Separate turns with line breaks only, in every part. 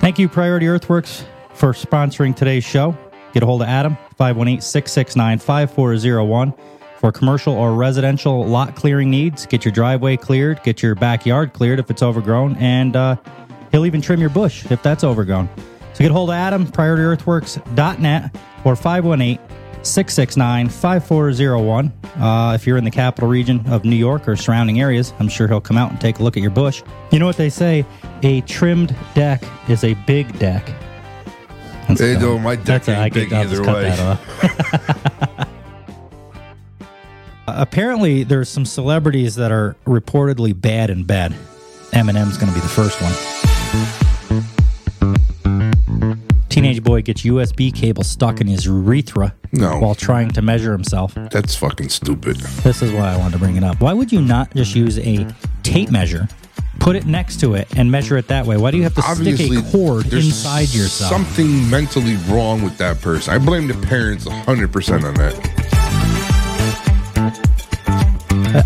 Thank you, Priority Earthworks, for sponsoring today's show. Get a hold of Adam, 518 669 5401. For commercial or residential lot clearing needs, get your driveway cleared, get your backyard cleared if it's overgrown, and uh, he'll even trim your bush if that's overgrown. So get a hold of Adam, priorityearthworks.net, or 518 669 5401. Uh, If you're in the capital region of New York or surrounding areas, I'm sure he'll come out and take a look at your bush. You know what they say? A trimmed deck is a big deck. That's
Hey,
dumb.
though, my deck
That's a-
ain't
I could-
big
I'll just
either
cut
way.
that off. Apparently, there's some celebrities that are reportedly bad in bed. Eminem's going to be the first one. Teenage boy gets USB cable stuck in his urethra
No.
while trying to measure himself.
That's fucking stupid.
This is why I wanted to bring it up. Why would you not just use a tape measure, put it next to it, and measure it that way? Why do you have to
Obviously,
stick a cord
there's
inside yourself?
Something mentally wrong with that person. I blame the parents 100% on that.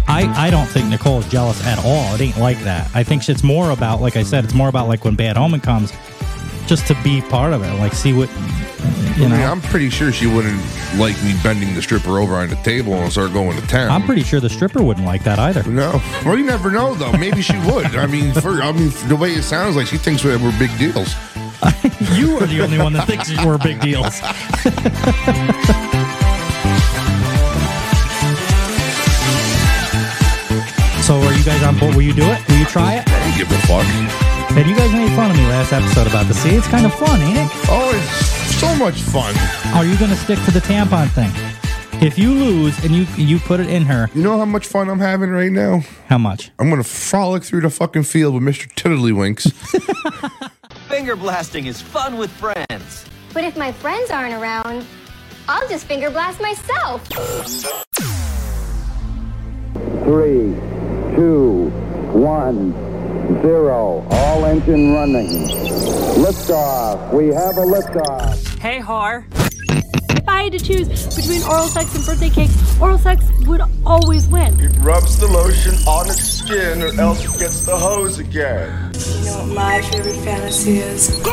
I, I don't think Nicole's jealous at all. It ain't like that. I think it's more about, like I said, it's more about like when Bad Omen comes, just to be part of it, like see what, you know.
I mean,
I'm,
I'm pretty sure she wouldn't like me bending the stripper over on the table and start going to town.
pretty sure the stripper wouldn't like that either.
No. Well, you never know, though. Maybe she would. I mean, for, I mean, the way it sounds like she thinks that we're big deals.
You are the only one that thinks we're big deals. so are you guys on board? Will you do it? Will you try it?
I don't give a fuck.
And you guys made fun of me last episode about this. See, it's kind of fun, ain't it?
Oh, it's so much fun.
Are you going to stick to the tampon thing? If you lose and you you put it in her,
You know how much fun I'm having right now?
how much?
I'm going to frolic through the fucking field with Mr. Tiddlywinks.
Finger blasting is fun with friends.
But if my friends aren't around, I'll just finger blast myself.
three, two, one, zero. All engine running. Liftoff. We have a liftoff.
Hey, Har.
If I had to choose between oral sex and birthday cakes, oral sex would always win.
Rubs the lotion on its skin or else it gets the hose again.
You know what my favorite fantasy is? Mm,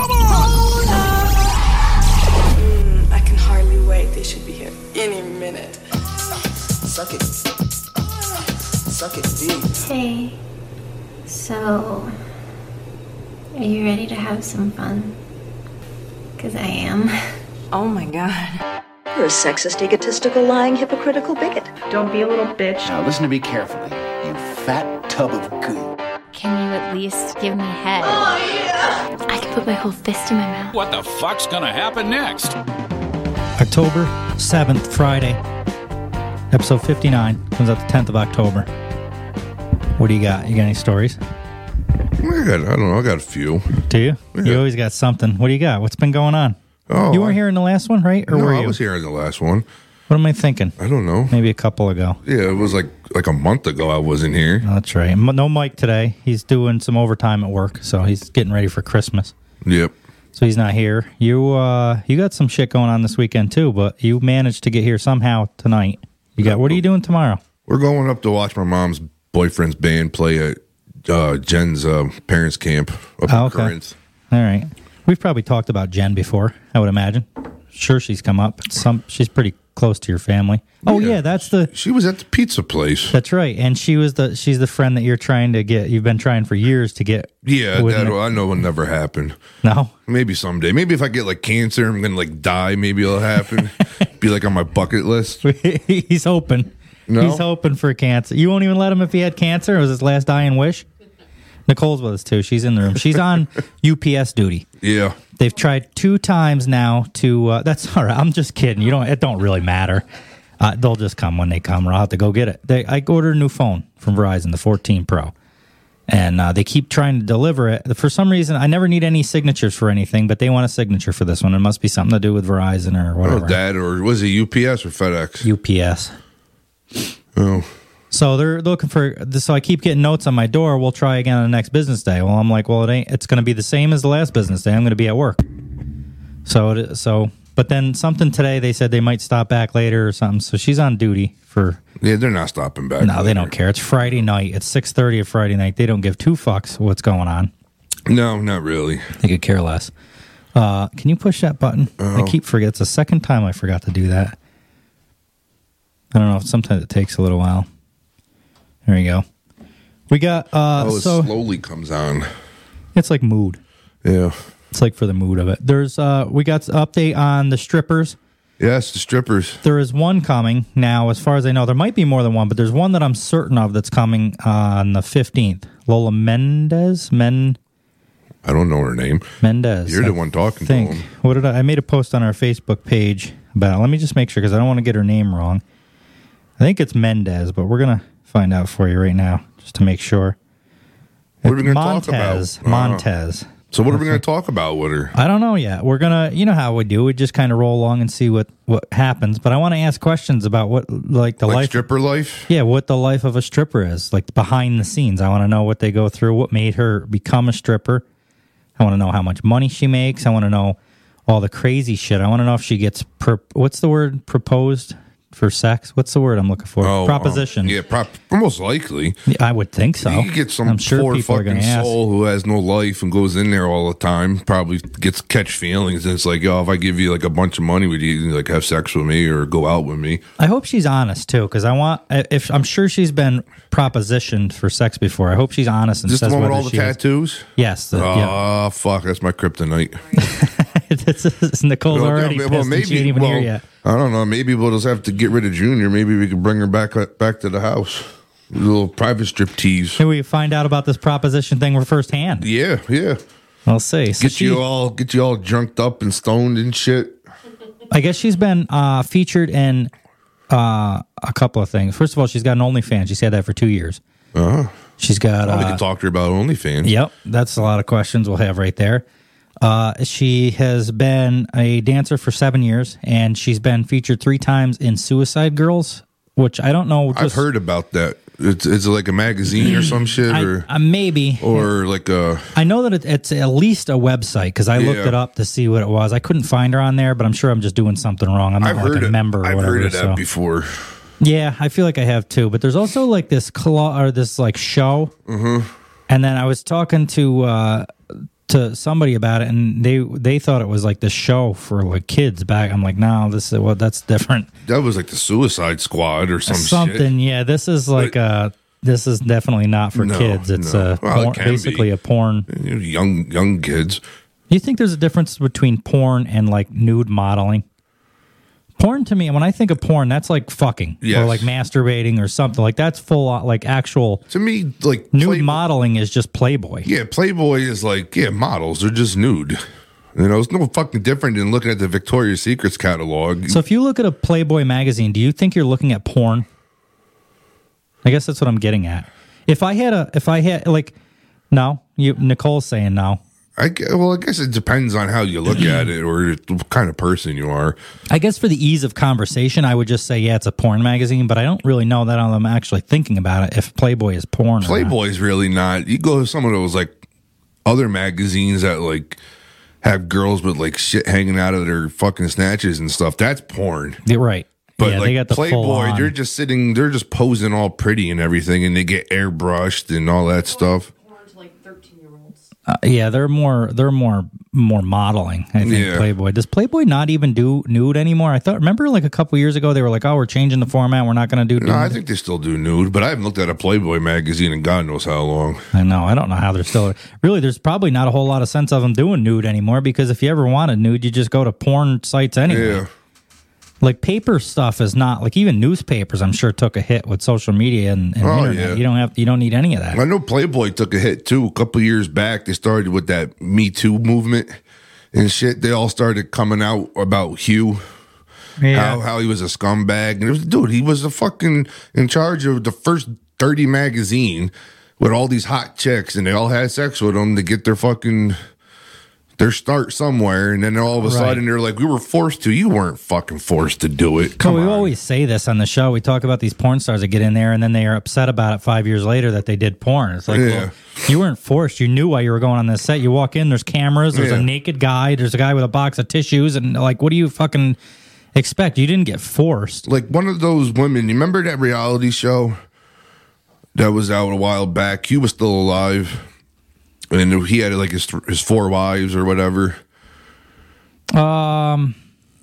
I can hardly wait. They should be here any minute.
Suck it. Suck it deep.
Hey, so are you ready to have some fun? Because I am.
Oh my god.
You're a sexist, egotistical, lying, hypocritical bigot. Don't be a little bitch.
Now listen to me carefully, you fat tub of goo.
Can you at least give me head? Oh, yeah. I could put my whole fist in my mouth.
What the fuck's gonna happen next?
October 7th, Friday. Episode 59 comes out the 10th of October. What do you got? You got any stories?
I, got, I don't know. I got a few.
Do you? You
Yeah.
always got something. What do you got? What's been going on?
Oh,
you were
I-
here in the last one, right? Or
no,
were
I
you?
was here in the last one.
What am I thinking?
I don't know.
Maybe a couple ago.
Yeah, it was like like a month ago. I wasn't here.
That's right. M- No Mike today. He's doing some overtime at work, so he's getting ready for Christmas.
Yep.
So he's not here. You uh you got some shit going on this weekend too, but you managed to get here somehow tonight. You got what are you doing tomorrow?
We're going up to watch my mom's boyfriend's band play at uh, Jen's uh, parents' camp up
Oh,
in
okay.
Corinth.
All right. We've probably talked about Jen before, I would imagine. Sure she's come up. Some she's pretty close to your family. Oh yeah,
Yeah.
that's the
She was at the pizza place.
that's right. And she was the she's the friend that you're trying to get you've been trying for years to get
Yeah,
with
that
Nic-
I know it never happened.
No.
Maybe someday. Maybe if I get like cancer, I'm gonna like die. Maybe it'll happen. Be like on my bucket list.
He's hoping.
No?
He's hoping for cancer. You won't even let him if he had cancer. It was his last dying wish. Nicole's with us too. She's in the room. She's on UPS duty.
Yeah.
They've tried two times now to. Uh, that's all right. I'm just kidding. You don't. It don't really matter. Uh, they'll just come when they come. Or I'll have to go get it. They, I ordered a new phone from Verizon, the 14 Pro, and uh, they keep trying to deliver it. For some reason, I never need any signatures for anything, but they want a signature for this one. It must be something to do with Verizon or
Oh,
whatever.
that or was it UPS or FedEx?
UPS.
oh,
So they're looking for. So I keep getting notes on my door. We'll try again on the next business day. Well, I'm like, well, it ain't. It's going to be the same as the last business day. I'm going to be at work. So it, so, but then something today. They said they might stop back later or something. So she's on duty for.
yeah. They're not stopping back.
No, they don't care. It's Friday night. It's six thirty of Friday night. They don't give two fucks what's going on.
No, not really.
They could care less. Uh, can you push that button? I
Oh.
keep forget. It's the second time I forgot to do that. I don't know. Sometimes it takes a little while. There you go. We got uh,
oh, it
so
slowly comes on.
it's like mood.
Yeah.
It's like for the mood of it. There's uh, we got an update on the strippers.
Yes, the strippers.
There is one coming now, as far as I know. There might be more than one, but there's one that I'm certain of that's coming on the 15th. Lola Mendez, Men
I don't know her name.
Mendez.
You're
I
the one talking to
think.
him.
What did I? I made a post on our Facebook page about. Let me just make sure because I don't want to get her name wrong. I think it's Mendez, but we're gonna find out for you right now just to make sure.
What are we gonna
Montez,
talk about? Uh,
Montez.
So what are we going to talk about with her?
I don't know yet. We're gonna, you know how we do. We just kind of roll along and see what what happens. But I want to ask questions about what, like the
Like
life,
stripper life?
yeah, what the life of a stripper is, like behind the scenes. I want to know what they go through, what made her become a stripper. I want to know how much money she makes. I want to know all the crazy shit. I want to know if she gets per, what's the word proposed for sex? What's the word I'm looking for?
um,
Proposition.
yeah, prop, most likely.
I would think so.
You could get some
I'm sure
poor
people are
fucking
gonna ask.
soul who has no life and goes in there all the time. Probably gets catch feelings, and it's like, oh, if I give you like a bunch of money, would you like have sex with me or go out with me?
I hope she's honest too, because I want. I- If I'm sure she's been propositioned for sex before, I hope she's honest and
Just the
says
one with
whether
all the
she was-
tattoos.
Yes, the,
Oh
yeah.
fuck, that's my kryptonite.
this is Nicole's
Well,
already
yeah,
pissed.
well,
and she ain't even
well,
here yet.
I don't know. Maybe we'll just have to get rid of Junior. Maybe we could bring her back uh, back to the house. A little private strip tease.
Maybe we find out about this proposition thing firsthand.
Yeah, yeah.
I'll see. So
Get
she-
you all get you all drunked up and stoned and shit.
I guess she's been uh, featured in uh, a couple of things. First of all, she's got an OnlyFans. She's had that for two years.
Uh-huh.
She's got.
Probably
Uh,
could talk to her about OnlyFans.
Yep, that's a lot of questions we'll have right there. Uh, she has been a dancer for seven years, and she's been featured three times in Suicide Girls, which I don't know.
I've
just-
heard about that. It's, it's like a magazine or some shit,
I-
or
uh, maybe,
or like a
I know that it, it's at least a website because I looked
Yeah.
it up to see what it was. I couldn't find her on there, but I'm sure I'm just doing something wrong. I'm not
I've
like
heard
a
it.
member or
I've
whatever.
heard of that
so.
before.
Yeah, I feel like I have too. But there's also like this claw or this like show. Mm-hmm. And then I was talking to uh to somebody about it, and they they thought it was like the show for like kids back. I'm like, no, this is well, that's different.
That was like the Suicide Squad or some
Something,
shit.
yeah. This is like uh this is definitely not for
No,
kids. It's
no.
uh
Well, it
porn-
can be.
basically a porn.
Young young kids.
Do you think there's a difference between porn and like nude modeling? Porn to me, when I think of porn, that's like fucking or
Yes.
like masturbating or something. Like that's full on, like actual
To me, like
Nude
Playboy-
modeling is just Playboy.
Yeah, Playboy is like yeah, models. They're just nude. You know, it's no fucking different than looking at the Victoria's Secrets catalog.
So if you look at a Playboy magazine, do you think you're looking at porn? I guess that's what I'm getting at. If I had a, if I had like, no, you Nicole's saying no.
I gue- well, I guess it depends on how you look at it or what kind of person you are.
I guess for the ease of conversation, I would just say yeah, it's a porn magazine. But I don't really know that I'm actually thinking about it. If Playboy is porn, or not.
Playboy's really not. You go to some of those like other magazines that like have girls with like shit hanging out of their fucking snatches and stuff. That's porn.
You're right.
But
yeah,
like
they got the full
Playboy,
on.
they're just sitting, they're just posing all pretty and everything, and they get airbrushed and all that stuff.
Uh, yeah, they're more they're more more modeling. I think
Yeah.
Playboy does Playboy not even do nude anymore. I thought remember like a couple years ago they were like, oh, we're changing the format. We're not going to do.
No, I
nude."
think they still do nude, but I haven't looked at a Playboy magazine in God knows how long.
I know. I don't know how they're still. Really, there's probably not a whole lot of sense of them doing nude anymore because if you ever wanted nude, you just go to porn sites anyway.
Yeah.
Like paper stuff is not like even newspapers. I'm sure took a hit with social media and, and
Oh,
internet.
yeah.
You don't have you don't need any of that.
I know Playboy took a hit too. A couple years back, they started with that Me Too movement and shit. They all started coming out about Hugh, how how he was a scumbag, and it was dude. He was the fucking in charge of the first dirty magazine with all these hot chicks, and they all had sex with him to get their fucking their start somewhere. And then all of a
Right.
sudden, they're like, "We were forced to. You weren't fucking forced to do it."
So
Come
we
on.
always say this on the show. We talk about these porn stars that get in there and then they are upset about it five years later that they did porn. It's like,
Yeah.
well, you weren't forced. You knew why you were going on this set. You walk in, there's cameras, there's a
Yeah.
naked guy, there's a guy with a box of tissues, and like, what do you fucking expect? You didn't get forced.
like one of those women. You remember that reality show that was out a while back? He was still alive, and he had like his his four wives or whatever.
Um,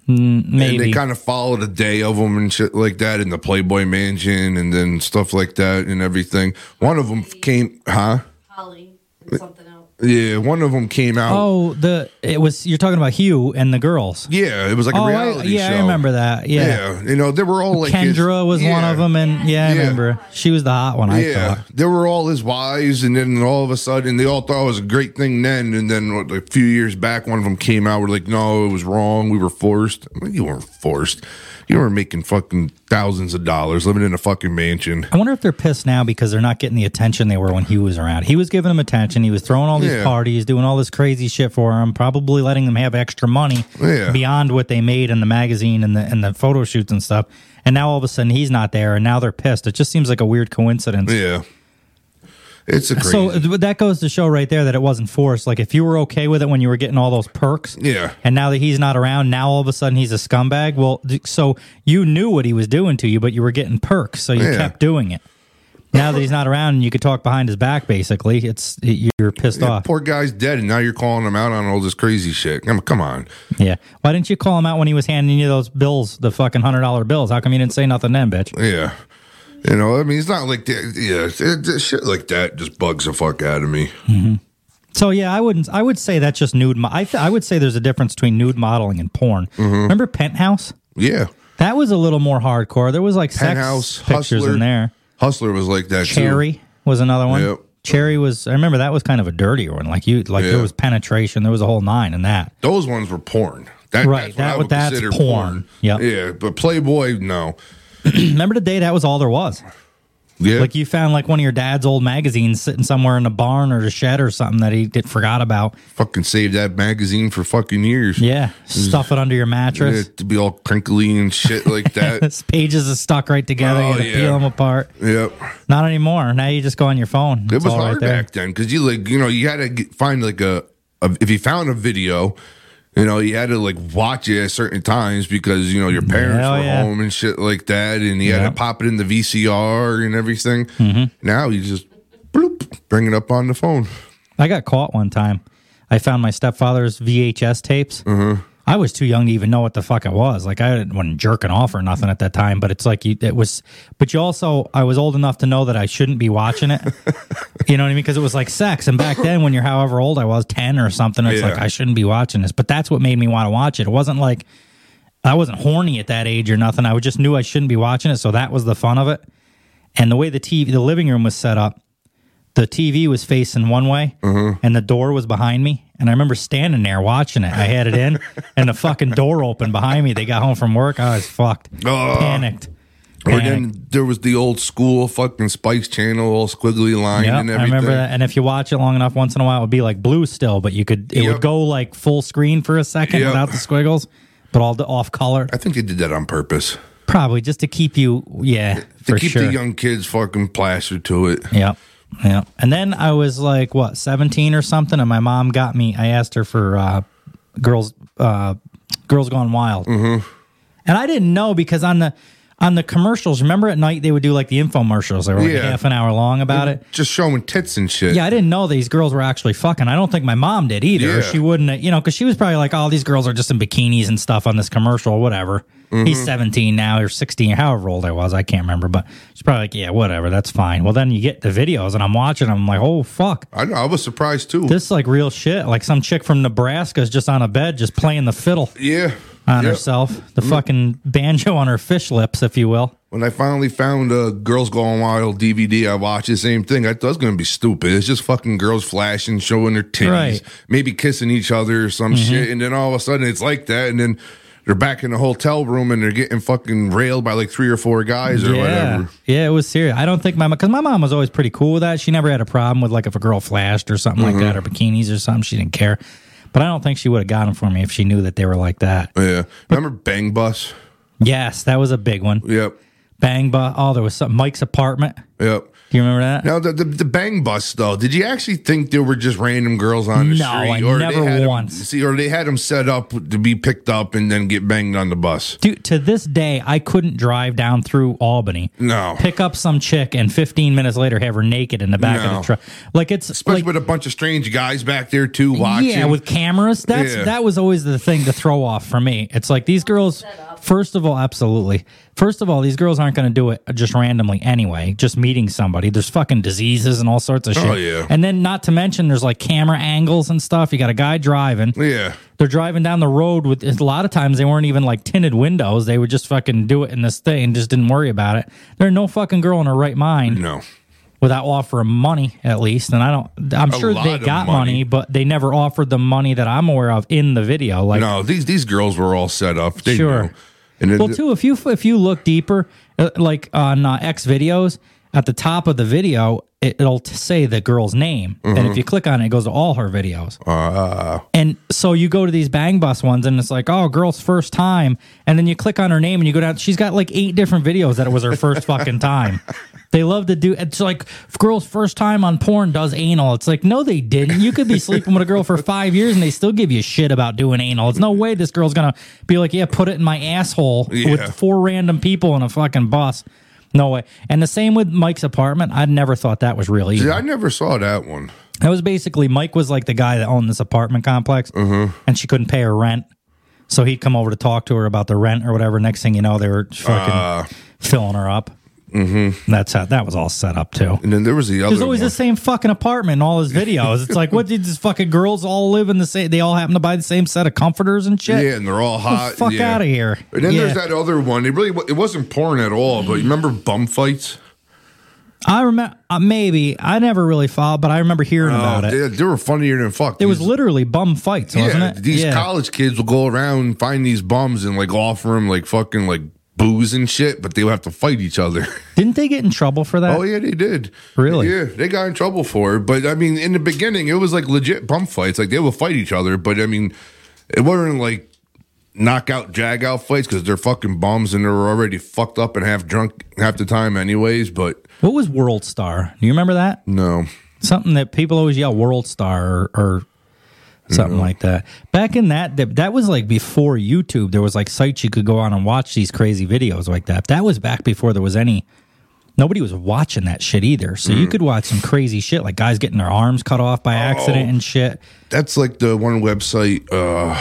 mm, maybe
And they kind of followed a day of them and shit like that in the Playboy Mansion and then stuff like that and everything. One of them came, huh?
Holly and something else.
Yeah, one of them came out.
Oh, the it was you're talking about Hugh and the girls.
Yeah, it was like a
Oh, I-
reality
yeah, I
show.
remember that, yeah.
you know they were all like his-
Kendra was one
yeah.
of them, and yeah, I
Yeah.
remember she was the hot one. I
yeah,
thought.
they were all his wives, and then all of a sudden, they all thought it was a great thing then. And then what, a few years back, one of them came out. We're like, no, it was wrong. We were forced. I'm like, you weren't forced. You were making fucking thousands of dollars living in a fucking mansion.
I wonder if they're pissed now because they're not getting the attention they were when Hugh was around. He was giving them attention. He was throwing all these
Yeah.
parties, doing all this crazy shit for them, probably letting them have extra money
Yeah.
beyond what they made in the magazine and the and the photo shoots and stuff. And now all of a sudden he's not there, and now they're pissed. It just seems like a weird coincidence.
Yeah, it's a crazy.
So uh, th- that goes to show right there that it wasn't forced. Like if you were okay with it when you were getting all those perks,
Yeah.
and now that he's not around, now all of a sudden he's a scumbag. Well, d- so you knew what he was doing to you, but you were getting perks, so you
Yeah.
kept doing it. Now that he's not around, and you could talk behind his back. Basically, it's you're pissed
Yeah,
off.
poor guy's dead, and now you're calling him out on all this crazy shit. Come, come on.
Yeah. Why didn't you call him out when he was handing you those bills, the fucking hundred dollar bills? How come you didn't say nothing then, bitch?
Yeah. You know, I mean, it's not like that. Yeah, it, it- shit like that just bugs the fuck out of me.
So yeah, I wouldn't. I would say that's just nude. Mo- I th- I would say there's a difference between nude modeling and porn.
Mm-hmm.
Remember Penthouse?
Yeah.
That was a little more hardcore. There was like
Penthouse,
sex pictures
Hustler.
in there.
Hustler was like that
Cherry
too.
was another one.
Yep.
Cherry was. I remember that was kind of a dirtier one. Like you, like
Yeah.
there was penetration. There was a whole nine in that.
Those ones were porn. That,
Right, that- that's porn. Yep.
Yeah, but Playboy, no.
remember the day that was all there was.
Yeah.
Like you found like one of your dad's old magazines sitting somewhere in a barn or a shed or something that he did forgot about.
fucking saved that magazine for fucking years.
Yeah, stuff it under your
Yeah,
mattress.
to be all crinkly and shit like that.
It's pages are stuck right together.
Oh,
you gotta
yeah.
peel them apart.
yep.
Not anymore. Now you just go on your phone.
It
It's
was
all right
hard
there.
back then because you like you know you had to get, find like a, a if you found a video, you know you had to like watch it at certain times because you know your parents
Hell
were
yeah.
home and shit like that, and you had
Yep. Mm-hmm.
to pop it in the VCR and everything. Now you just bloop, bring it up on the phone.
I got caught one time. I found my stepfather's VHS tapes. I was too young to even know what the fuck it was. Like I wasn't jerking off or nothing at that time, but it's like you, it was. But you also, I was old enough to know that I shouldn't be watching it. you know what I mean? Because it was like sex. And back then, when you're however old I was, ten or something, it's
Yeah.
like I shouldn't be watching this. But that's what made me want to watch it. It wasn't like I wasn't horny at that age or nothing. I just knew I shouldn't be watching it, so that was the fun of it. And the way the TV, the living room was set up, the TV was facing one way,
Mm-hmm.
and the door was behind me. And I remember standing there watching it. I had it in, and the fucking door opened behind me. They got home from work. I was fucked,
Oh.
panicked.
Or
Panicked.
then there was the old school fucking Spice Channel, all squiggly line
Yep,
and
I
everything.
remember that. And if you watch it long enough, once in a while, it would be like blue still, but you could it
Yep.
would go like full screen for a second
Yep.
without the squiggles, but all the off color,
I think they did that on purpose
probably just to keep you, yeah,
to
for
keep
sure.
the young kids fucking plastered to it.
Yep. Yeah. And then I was like, what, 17 or something? And my mom got me, I asked her for uh, Girls uh, girls Gone Wild. Mm-hmm. And I didn't know because on the on the commercials, remember at night they would do like the infomercials. They were like
Yeah.
half an hour long about it.
Just showing tits and shit.
Yeah, I didn't know these girls were actually fucking. I don't think my mom did either.
Yeah.
She wouldn't, you know, because she was probably like, "Oh, these girls are just in bikinis and stuff on this commercial, or whatever." He's seventeen now, or sixteen, or however old I was, I can't remember. But she's probably like, "Yeah, whatever, that's fine." Well, then you get the videos, and I'm watching. them. I'm like, "Oh fuck,
I know. I was surprised too.
this is like real shit." Like some chick from Nebraska is just on a bed, just playing the fiddle
yeah.
on
Yeah.
herself, the fucking banjo on her fish lips, if you will.
When I finally found a Girls Gone Wild DVD, I watched the same thing. I thought it was going to be stupid. It's just fucking girls flashing, showing their titties,
Right. Mm-hmm.
maybe kissing each other or some shit. And then all of a sudden it's like that. And then they're back in the hotel room and they're getting fucking railed by like three or four guys or
yeah.
whatever.
Yeah, it was serious. I don't think my mom, because my mom was always pretty cool with that. She never had a problem with like if a girl flashed or something like that
Mm-hmm.
or bikinis or something. She didn't care. But I don't think she would have got them for me if she knew that they were like that.
Yeah. Remember Bang Bus?
Yes, that was a big one.
Yep.
Bang, ba. Oh, there was some, Mike's apartment.
Yep.
Do you remember that?
Now the, the the bang bus though. Did you actually think there were just random girls on the
No,
street?
I never
they had 'em-
once.
see, or they had them set up to be picked up and then get banged on the bus.
Dude, to this day, I couldn't drive down through Albany,
No,
pick up some chick, and 15 minutes later have her naked in the back of
No.
the truck. Like it's
especially with a bunch of strange guys back there too watching.
Yeah, with cameras. That's
Yeah.
that was always the thing to throw off for me. It's like these girls. First of all, absolutely. First of all, these girls aren't going to do it just randomly anyway. Just meeting somebody. There's fucking diseases and all sorts of shit.
Oh, yeah.
And then not to mention there's like camera angles and stuff. You got a guy driving.
yeah.
They're driving down the road with a lot of times they weren't even like tinted windows. They would just fucking do it in this thing and just didn't worry about it. There's no fucking girl in her right mind.
No.
Without offering money at least. And I don't I'm
A
sure
lot
they
of
got money.
money.
but they never offered the money that I'm aware of in the video. Like
no, these these girls were all set up. They
Sure.
knew. And then
Well, too, if you if you look deeper, uh, like on uh, X videos, at the top of the video, it, it'll t- say the girl's name, and
Mhm.
if you click on it, it goes to all her videos.
uh,
And so you go to these Bang Bus ones, and it's like, oh, girl's first time, and then you click on her name, and you go down. She's got like eight different videos that it was her first fucking time. They love to do. It's like girl's first time on porn does anal. It's like no, they didn't. You could be sleeping with a girl for five years, and they still give you shit about doing anal. It's no way this girl's gonna be like, yeah, put it in my asshole
Yeah.
with four random people in a fucking bus. No way. And the same with Mike's apartment. I never thought that was real either.
I never saw that one.
That was basically Mike was like the guy that owned this apartment complex,
Mm-hmm.
and she couldn't pay her rent, so he'd come over to talk to her about the rent or whatever. Next thing you know, they were fucking
Uh.
filling her up. Mm-hmm. That's how that was all set up too.
And then there was the other.
There's always
one.
the same fucking apartment in all his videos. It's like, what did these fucking girls all live in the same? They all happen to buy the same set of comforters and shit.
Yeah, and they're all
Get
hot.
The fuck
yeah.
out of here.
And then
Yeah.
there's that other one. It really wa- it wasn't porn at all. But you remember bum fights?
I remember uh, maybe I never really followed, but I remember hearing
Oh,
about it.
They, they were funnier than fuck.
It was literally bum fights, wasn't
yeah,
it?
these
yeah.
college kids will go around and find these bums and like offer them like fucking like booze and shit, but they would have to fight each other.
Didn't they get in trouble for that?
oh yeah, they did.
Really?
Yeah, they got in trouble for it. But I mean, in the beginning, it was like legit bum fights. Like they would fight each other, but I mean, it wasn't like knockout jag out fights because they're fucking bums and they were already fucked up and half drunk half the time anyways. But
What was World Star? Do you remember that?
no,
Something that people always yell World Star or, or something
Mm-hmm.
like that. Back in that, that, that was like before YouTube. There was like sites you could go on and watch these crazy videos like that. That was back before there was any. Nobody was watching that shit either. So
Mm.
you could watch some crazy shit like guys getting their arms cut off by accident
Oh.
and shit.
that's like the one website, uh,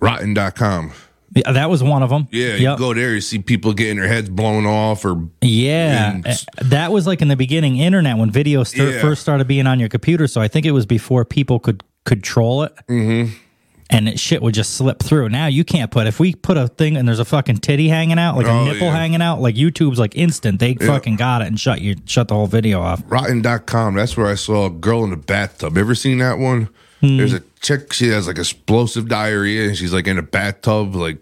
rotten.com.
Yeah, that was one of them.
Yeah, you
Yep.
go there, you see people getting their heads blown off or
Yeah,
And-
uh, that was like in the beginning internet when video star-
Yeah.
first started being on your computer. So I think it was before people could control it, mm-hmm. and it, shit would just slip through. Now you can't put if we put a thing and there's a fucking titty hanging out, like
Oh,
a nipple
yeah.
hanging out, like YouTube's like instant. They fucking got it and shut you shut the whole video off.
rotten.com. That's where I saw a girl in a bathtub. Ever seen that one?
Hmm.
There's a chick, she has like explosive diarrhea and she's like in a bathtub, like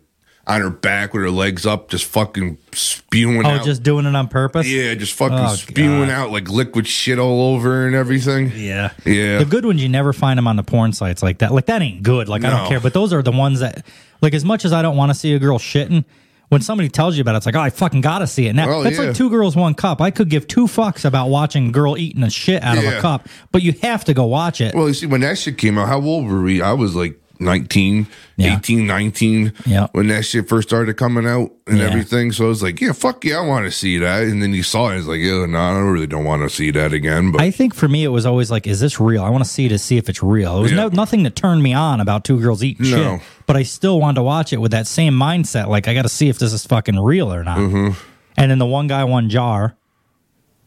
on her back with her legs up, just fucking spewing
oh,
out.
just doing it on purpose.
yeah, just fucking
Oh,
spewing
God.
out like liquid shit all over her and everything.
Yeah.
Yeah.
The good ones you never find them on the porn sites like that. Like that ain't good. Like I
No.
don't care. But those are the ones that like as much as I don't want to see a girl shitting, when somebody tells you about it, it's like, oh, I fucking gotta see it now.
Oh,
That's
yeah.
like two girls, one cup. I could give two fucks about watching a girl eating the shit out of
Yeah.
a cup, but you have to go watch it.
Well, you see, when that shit came out, how old were we? I was like 19,
Yeah.
18, 19
Yeah.
when that shit first started coming out and
Yeah.
everything. So I was like, yeah, fuck yeah, I want to see that. And then you saw it. It's like, yeah, no, I really don't want to see that again. But
I think for me it was always like, is this real? I want to see to see if it's real. It was no
Yeah.
nothing that turned me on about two girls eating
No.
shit, but I still wanted to watch it with that same mindset. Like I got to see if this is fucking real or not.
Mm-hmm.
And then the one guy, one jar.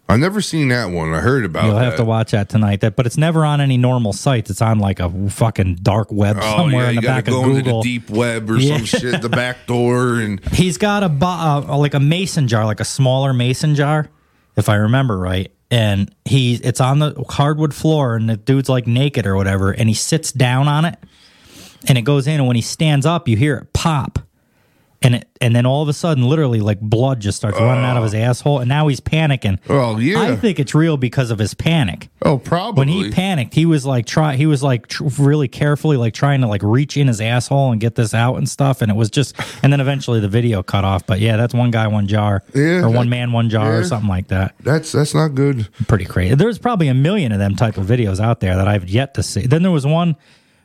I've never seen that one. I heard about
You'll
that.
have to watch that tonight. That, but it's never on any normal sites. It's on like a fucking dark web somewhere in
Oh, you
the
gotta
back of
go into
Google.
the deep web or
Yeah.
some shit, the back door, and
He's got a bo- uh, like a mason jar, like a smaller mason jar, if I remember right. And he, it's on the hardwood floor, and the dude's like naked or whatever, and he sits down on it, and it goes in. And when he stands up, you hear it pop, and it, and then all of a sudden, literally, like blood just starts running out of his asshole, and now he's panicking.
Oh yeah.
I think it's real because of his panic.
Oh, probably.
When he panicked, he was like try, he was like tr- really carefully like trying to like reach in his asshole and get this out and stuff, and it was just, and then eventually the video cut off. But yeah, that's one guy, one jar,
Yeah,
or one
that-
man, one jar, or
yeah.
something like that.
That's that's not good.
Pretty crazy. There's probably a million of them type of videos out there that I've yet to see. Then there was one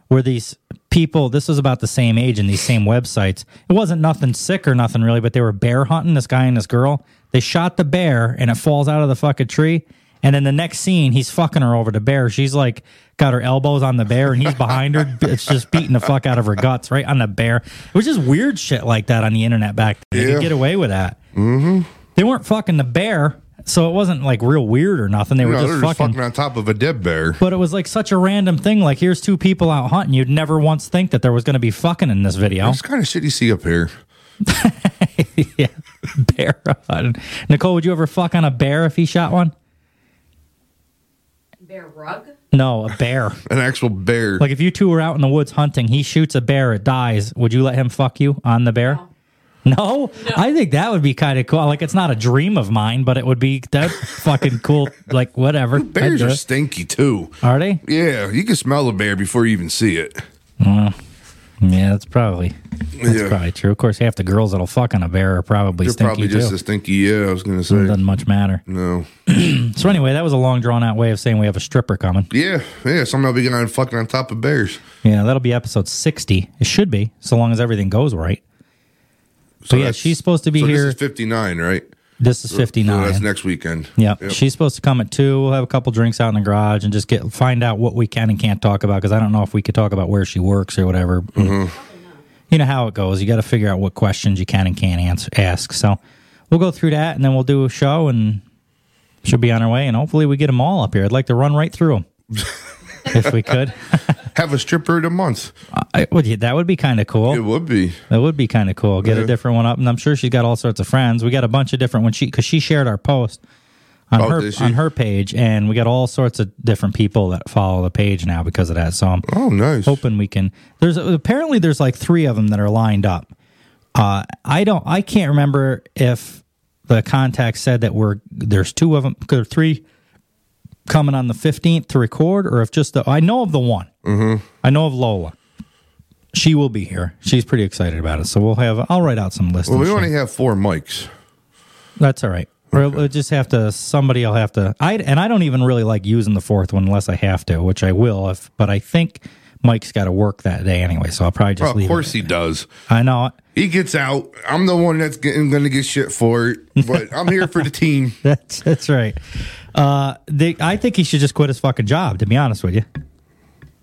where these people, this was about the same age and these same websites. It wasn't nothing sick or nothing really, but they were bear hunting this guy and this girl. They shot the bear and it falls out of the fucking tree. And then the next scene, he's fucking her over the bear. She's like got her elbows on the bear and he's behind her. It's just beating the fuck out of her guts right on the bear. It was just weird shit like that on the internet back then. They
Yeah.
could get away with that. Mm-hmm. They weren't fucking the bear, so it wasn't like real weird or nothing. They were
No,
just
they're
fucking.
just fucking on top of a dead bear.
But it was like such a random thing. Like, here's two people out hunting. You'd never once think that there was going to be fucking in this video.
It's kind of shit you see up here.
yeah, bear hunting. Nicole, would you ever fuck on a bear if he shot one?
Bear rug?
No, a bear.
An actual bear.
like, if you two were out in the woods hunting, he shoots a bear, it dies. Would you let him fuck you on the bear? No, I think that would be kind of cool. Like, it's not a dream of mine, but it would be that fucking cool. Like, whatever. I'd
Bears
do
are
it.
stinky too.
Are they?
Yeah, you can smell a bear before you even see it.
Well, yeah, that's probably that's
Yeah.
probably true. Of course, half the girls that'll fuck on a bear are probably
They're
stinky
probably just
too.
as stinky. Yeah, I was gonna say.
Doesn't much matter.
No. Mm-hmm.
So anyway, that was a long drawn out way of saying we have a stripper coming.
Yeah, yeah. Somehow we got on fucking on top of bears.
Yeah, that'll be episode sixty. It should be, so long as everything goes right. So yeah,
that's-
she's supposed to be
so
here.
This is fifty nine, right?
This is fifty
So
nine.
that's next weekend.
Yeah,
Yep.
she's supposed to come at two. We'll have a couple drinks out in the garage and just get find out what we can and can't talk about because I don't know if we could talk about where she works or whatever.
Mm-hmm.
You know how it goes. You got to figure out what questions you can and can't answer, ask. So we'll go through that and then we'll do a show and she'll be on her way. And hopefully we get them all up here. I'd like to run right through them if we could.
Have a stripper of the month.
I, would you- that would be kind of cool.
It would be.
That would be kind of cool. Get a
Yeah.
different one up, and I'm sure she's got all sorts of friends. We got a bunch of different when she because she shared our post on
Oh,
her
did she?
on her page, and we got all sorts of different people that follow the page now because of that. So I'm
Oh, nice.
hoping we can. There's apparently there's like three of them that are lined up. Uh, I don't. I can't remember if the contact said that we're there's two of them, there three coming on the 15th to record, or if just the I know of the one.
Mm-hmm.
I know of Lola. She will be here. She's pretty excited about it. So we'll have. I'll write out some lists.
Well,
and
we
shit.
only have four mics.
That's all right. Or We'll just have to. Somebody will have to. I and I don't even really like using the fourth one unless I have to, which I will. If but I think Mike's got to work that day anyway, so I'll probably just
Well,
leave.
of
it.
course he does.
I know. it.
He gets out. I'm the one that's getting going to get shit for it, but I'm here for the team.
That's that's right. Uh, they, I think he should just quit his fucking job. To be honest with you,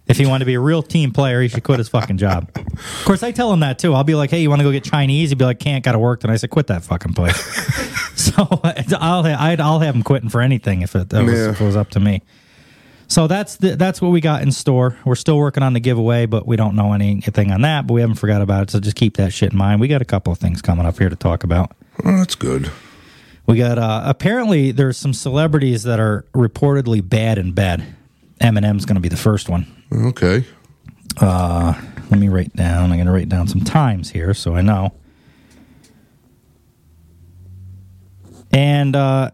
if he wanted to be a real team player, he should quit his fucking job. Of course, I tell him that too. I'll be like, "Hey, you want to go get Chinese?" He'd be like, "Can't, got to work." And I said, "Quit that fucking place." so I'll I'd, I'll have him quitting for anything if it, that was,
Yeah.
if it was up to me. So that's the, that's what we got in store. We're still working on the giveaway, but we don't know anything on that. But we haven't forgot about it, so just keep that shit in mind. We got a couple of things coming up here to talk about.
Oh, that's good.
We got uh, apparently there's some celebrities that are reportedly bad in bed. Eminem's going to be the first one.
Okay.
Uh, let me write down. I'm going to write down some times here so I know. And uh,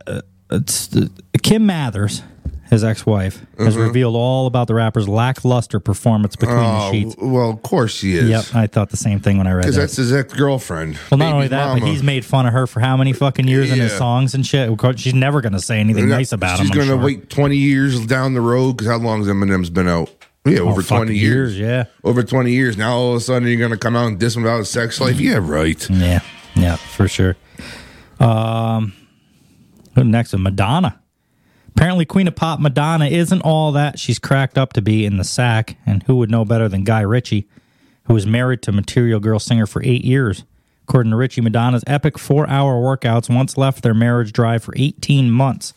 it's, uh, Kim Mathers, his ex-wife,
Mm-hmm.
has revealed all about the rapper's lackluster performance between the
Oh,
sheets.
well, of course he is.
Yep, I thought the same thing when I read
Because
that.
that's his ex girlfriend.
Well, not only that, but he's made fun of her for how many fucking years in his
Yeah.
songs and shit. Of course, She's never going to say anything nice about
She's
him. I'm
gonna
sure.
wait 20 years down the road because how long has Eminem's been out? Yeah,
Oh,
over
fucking
20
years,
years.
yeah.
Over 20 years. Now all of a sudden you're gonna come out and diss him about his sex life? Yeah, right.
Yeah, yeah, for sure. Um, who next? Madonna. Apparently, Queen of Pop Madonna isn't all that she's cracked up to be in the sack, and who would know better than Guy Ritchie, who was married to Material Girl singer for eight years. According to Ritchie, Madonna's epic four-hour workouts once left their marriage dry for 18 months.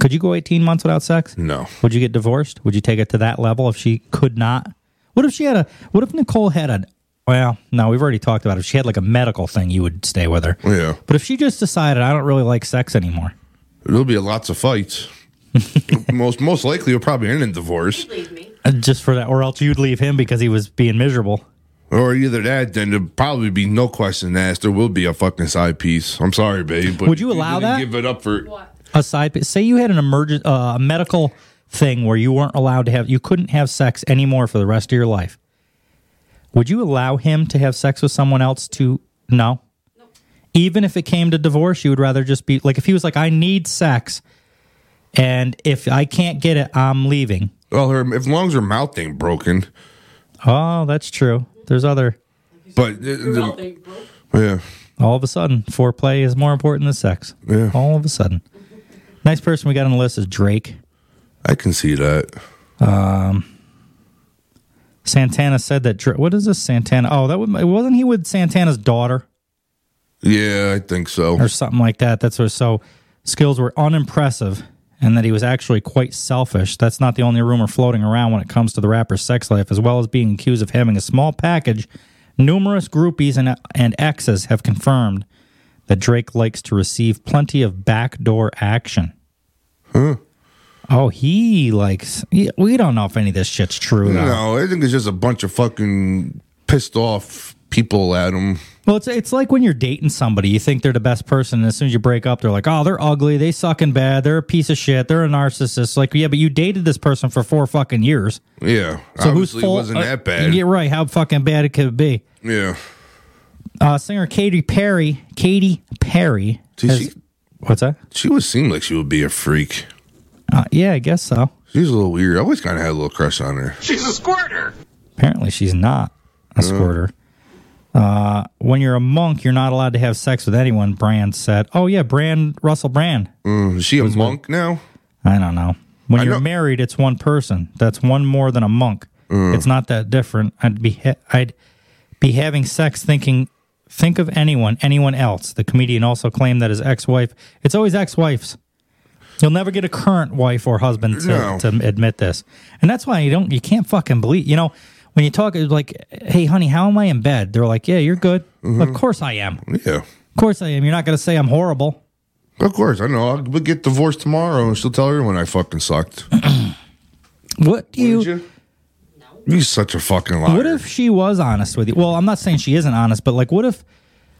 Could you go 18 months without sex?
No.
Would you get divorced? Would you take it to that level if she could not? What if she had a? What if Nicole had a? Well, no, we've already talked about it. If she had like a medical thing, you would stay with her.
Yeah.
But if she just decided I don't really like sex anymore,
There'll be lots of fights. most most likely will probably end in divorce.
uh, just for that, or else you'd leave him because he was being miserable.
Or either that, then there'd probably be no question asked. There will be a fucking side piece. I'm sorry, babe. But
Would you allow
didn't
that?
Give it up for
A side piece. Say you had an emergent, uh, a medical thing where you weren't allowed to have, you couldn't have sex anymore for the rest of your life. Would you allow him to have sex with someone else to, no? Even if it came to divorce, you would rather just be like, if he was like, I need sex and if I can't get it, I'm leaving.
Well, her if long as her mouth ain't broken.
Oh, that's true. There's other.
But uh, yeah,
All of a sudden, foreplay is more important than sex.
Yeah.
All of a sudden. Next person we got on the list is Drake.
I can see that.
Um, Santana said that. Dra- What is this Santana? Oh, that would, wasn't he with Santana's daughter
yeah, I think so.
or something like that. That's what, so skills were unimpressive, and that he was actually quite selfish. That's not the only rumor floating around when it comes to the rapper's sex life, as well as being accused of having a small package. Numerous groupies and and exes have confirmed that Drake likes to receive plenty of backdoor action.
Huh.
Oh, he likes. he- We don't know if any of this shit's true. though.
No, I think it's just a bunch of fucking pissed off people at him.
Well, it's it's like when you're dating somebody, you think they're the best person, and as soon as you break up, they're like, "Oh, they're ugly, they sucking bad, they're a piece of shit, they're a narcissist." Like, yeah, but you dated this person for four fucking years,
Yeah,
so who's
obviously it
fault?
wasn't
uh,
that bad.
Yeah, right. How fucking bad it could be.
Yeah,
Uh, singer Katy Perry, Katy Perry,
Did
has-
she-
what's that?
she would seem like she would be a freak.
Uh, yeah, I guess so.
She's a little weird. I always kind of had a little crush on her.
She's a squirter.
Apparently, she's not a squirter. Uh, when you're a monk, you're not allowed to have sex with anyone. Brand said, "Oh yeah, Brand Russell Brand."
Mm, is she a monk now?
I don't know. When
I
you're
know-
married, it's one person. That's one more than a monk.
Mm.
It's not that different. I'd be ha- I'd be having sex thinking think of anyone, anyone else. The comedian also claimed that his ex-wife. It's always ex-wives. You'll never get a current wife or husband to,
No.
to admit this, and that's why you don't. You can't fucking believe. You know, when you talk, it's like, "Hey, honey, how am I in bed?" They're like, "Yeah, you're good."
Mm-hmm.
Of course I am.
Yeah,
Of course I am. You're not going to say I'm horrible.
of course. I know. I'll, we'll get divorced tomorrow, and she'll tell everyone I fucking sucked.
What do you?
You're such a fucking liar.
What if she was honest with you? Well, I'm not saying she isn't honest, but like, what if,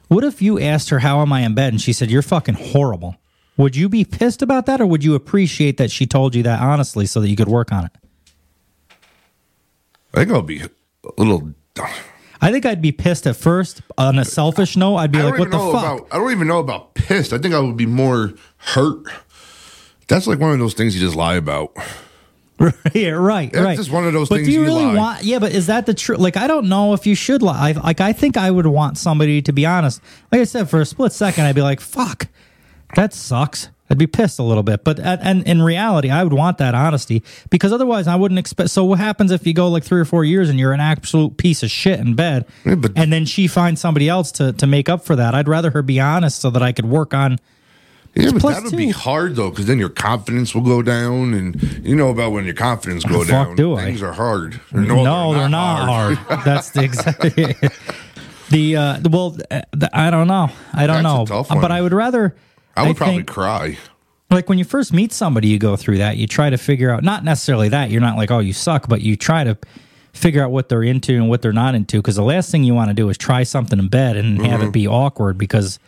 what if you asked her how am I in bed and she said you're fucking horrible? Would you be pissed about that, or would you appreciate that she told you that honestly so that you could work on it?
I think I'll be a little.
I think I'd be pissed at first on a selfish note. I'd be
I don't
like, what
even
the
know
fuck?
About, I don't even know about pissed. I think I would be more hurt. That's like one of those things you just lie about.
yeah, right,
That's
right.
just one of those
but
things
do you
you
really
lie.
want? Yeah, but is that the truth? Like, I don't know if you should lie. I, like, I think I would want somebody to be honest. Like I said, for a split second, I'd be like, "Fuck, that sucks." I'd be pissed a little bit, but and, and in reality, I would want that honesty because otherwise, I wouldn't expect. So, what happens if you go like three or four years and you're an absolute piece of shit in bed, and then she finds somebody else to to make up for that? I'd rather her be honest so that I could work on.
Yeah, but
Plus
that would
two.
be hard though, because then your confidence will go down, and you know about when your confidence go
fuck
down.
do I?
things are hard.
No, they're not hard. That's the exact. the uh, the- well, uh, the, I don't know. I don't
That's a
know.
tough
Uh,
one.
But I would rather.
I would probably
think-
cry.
like when you first meet somebody, you go through that. You try to figure out not necessarily that you're not like oh you suck, but you try to figure out what they're into and what they're not into. Because the last thing you want to do is try something in bed and have
Mm-hmm.
it be awkward because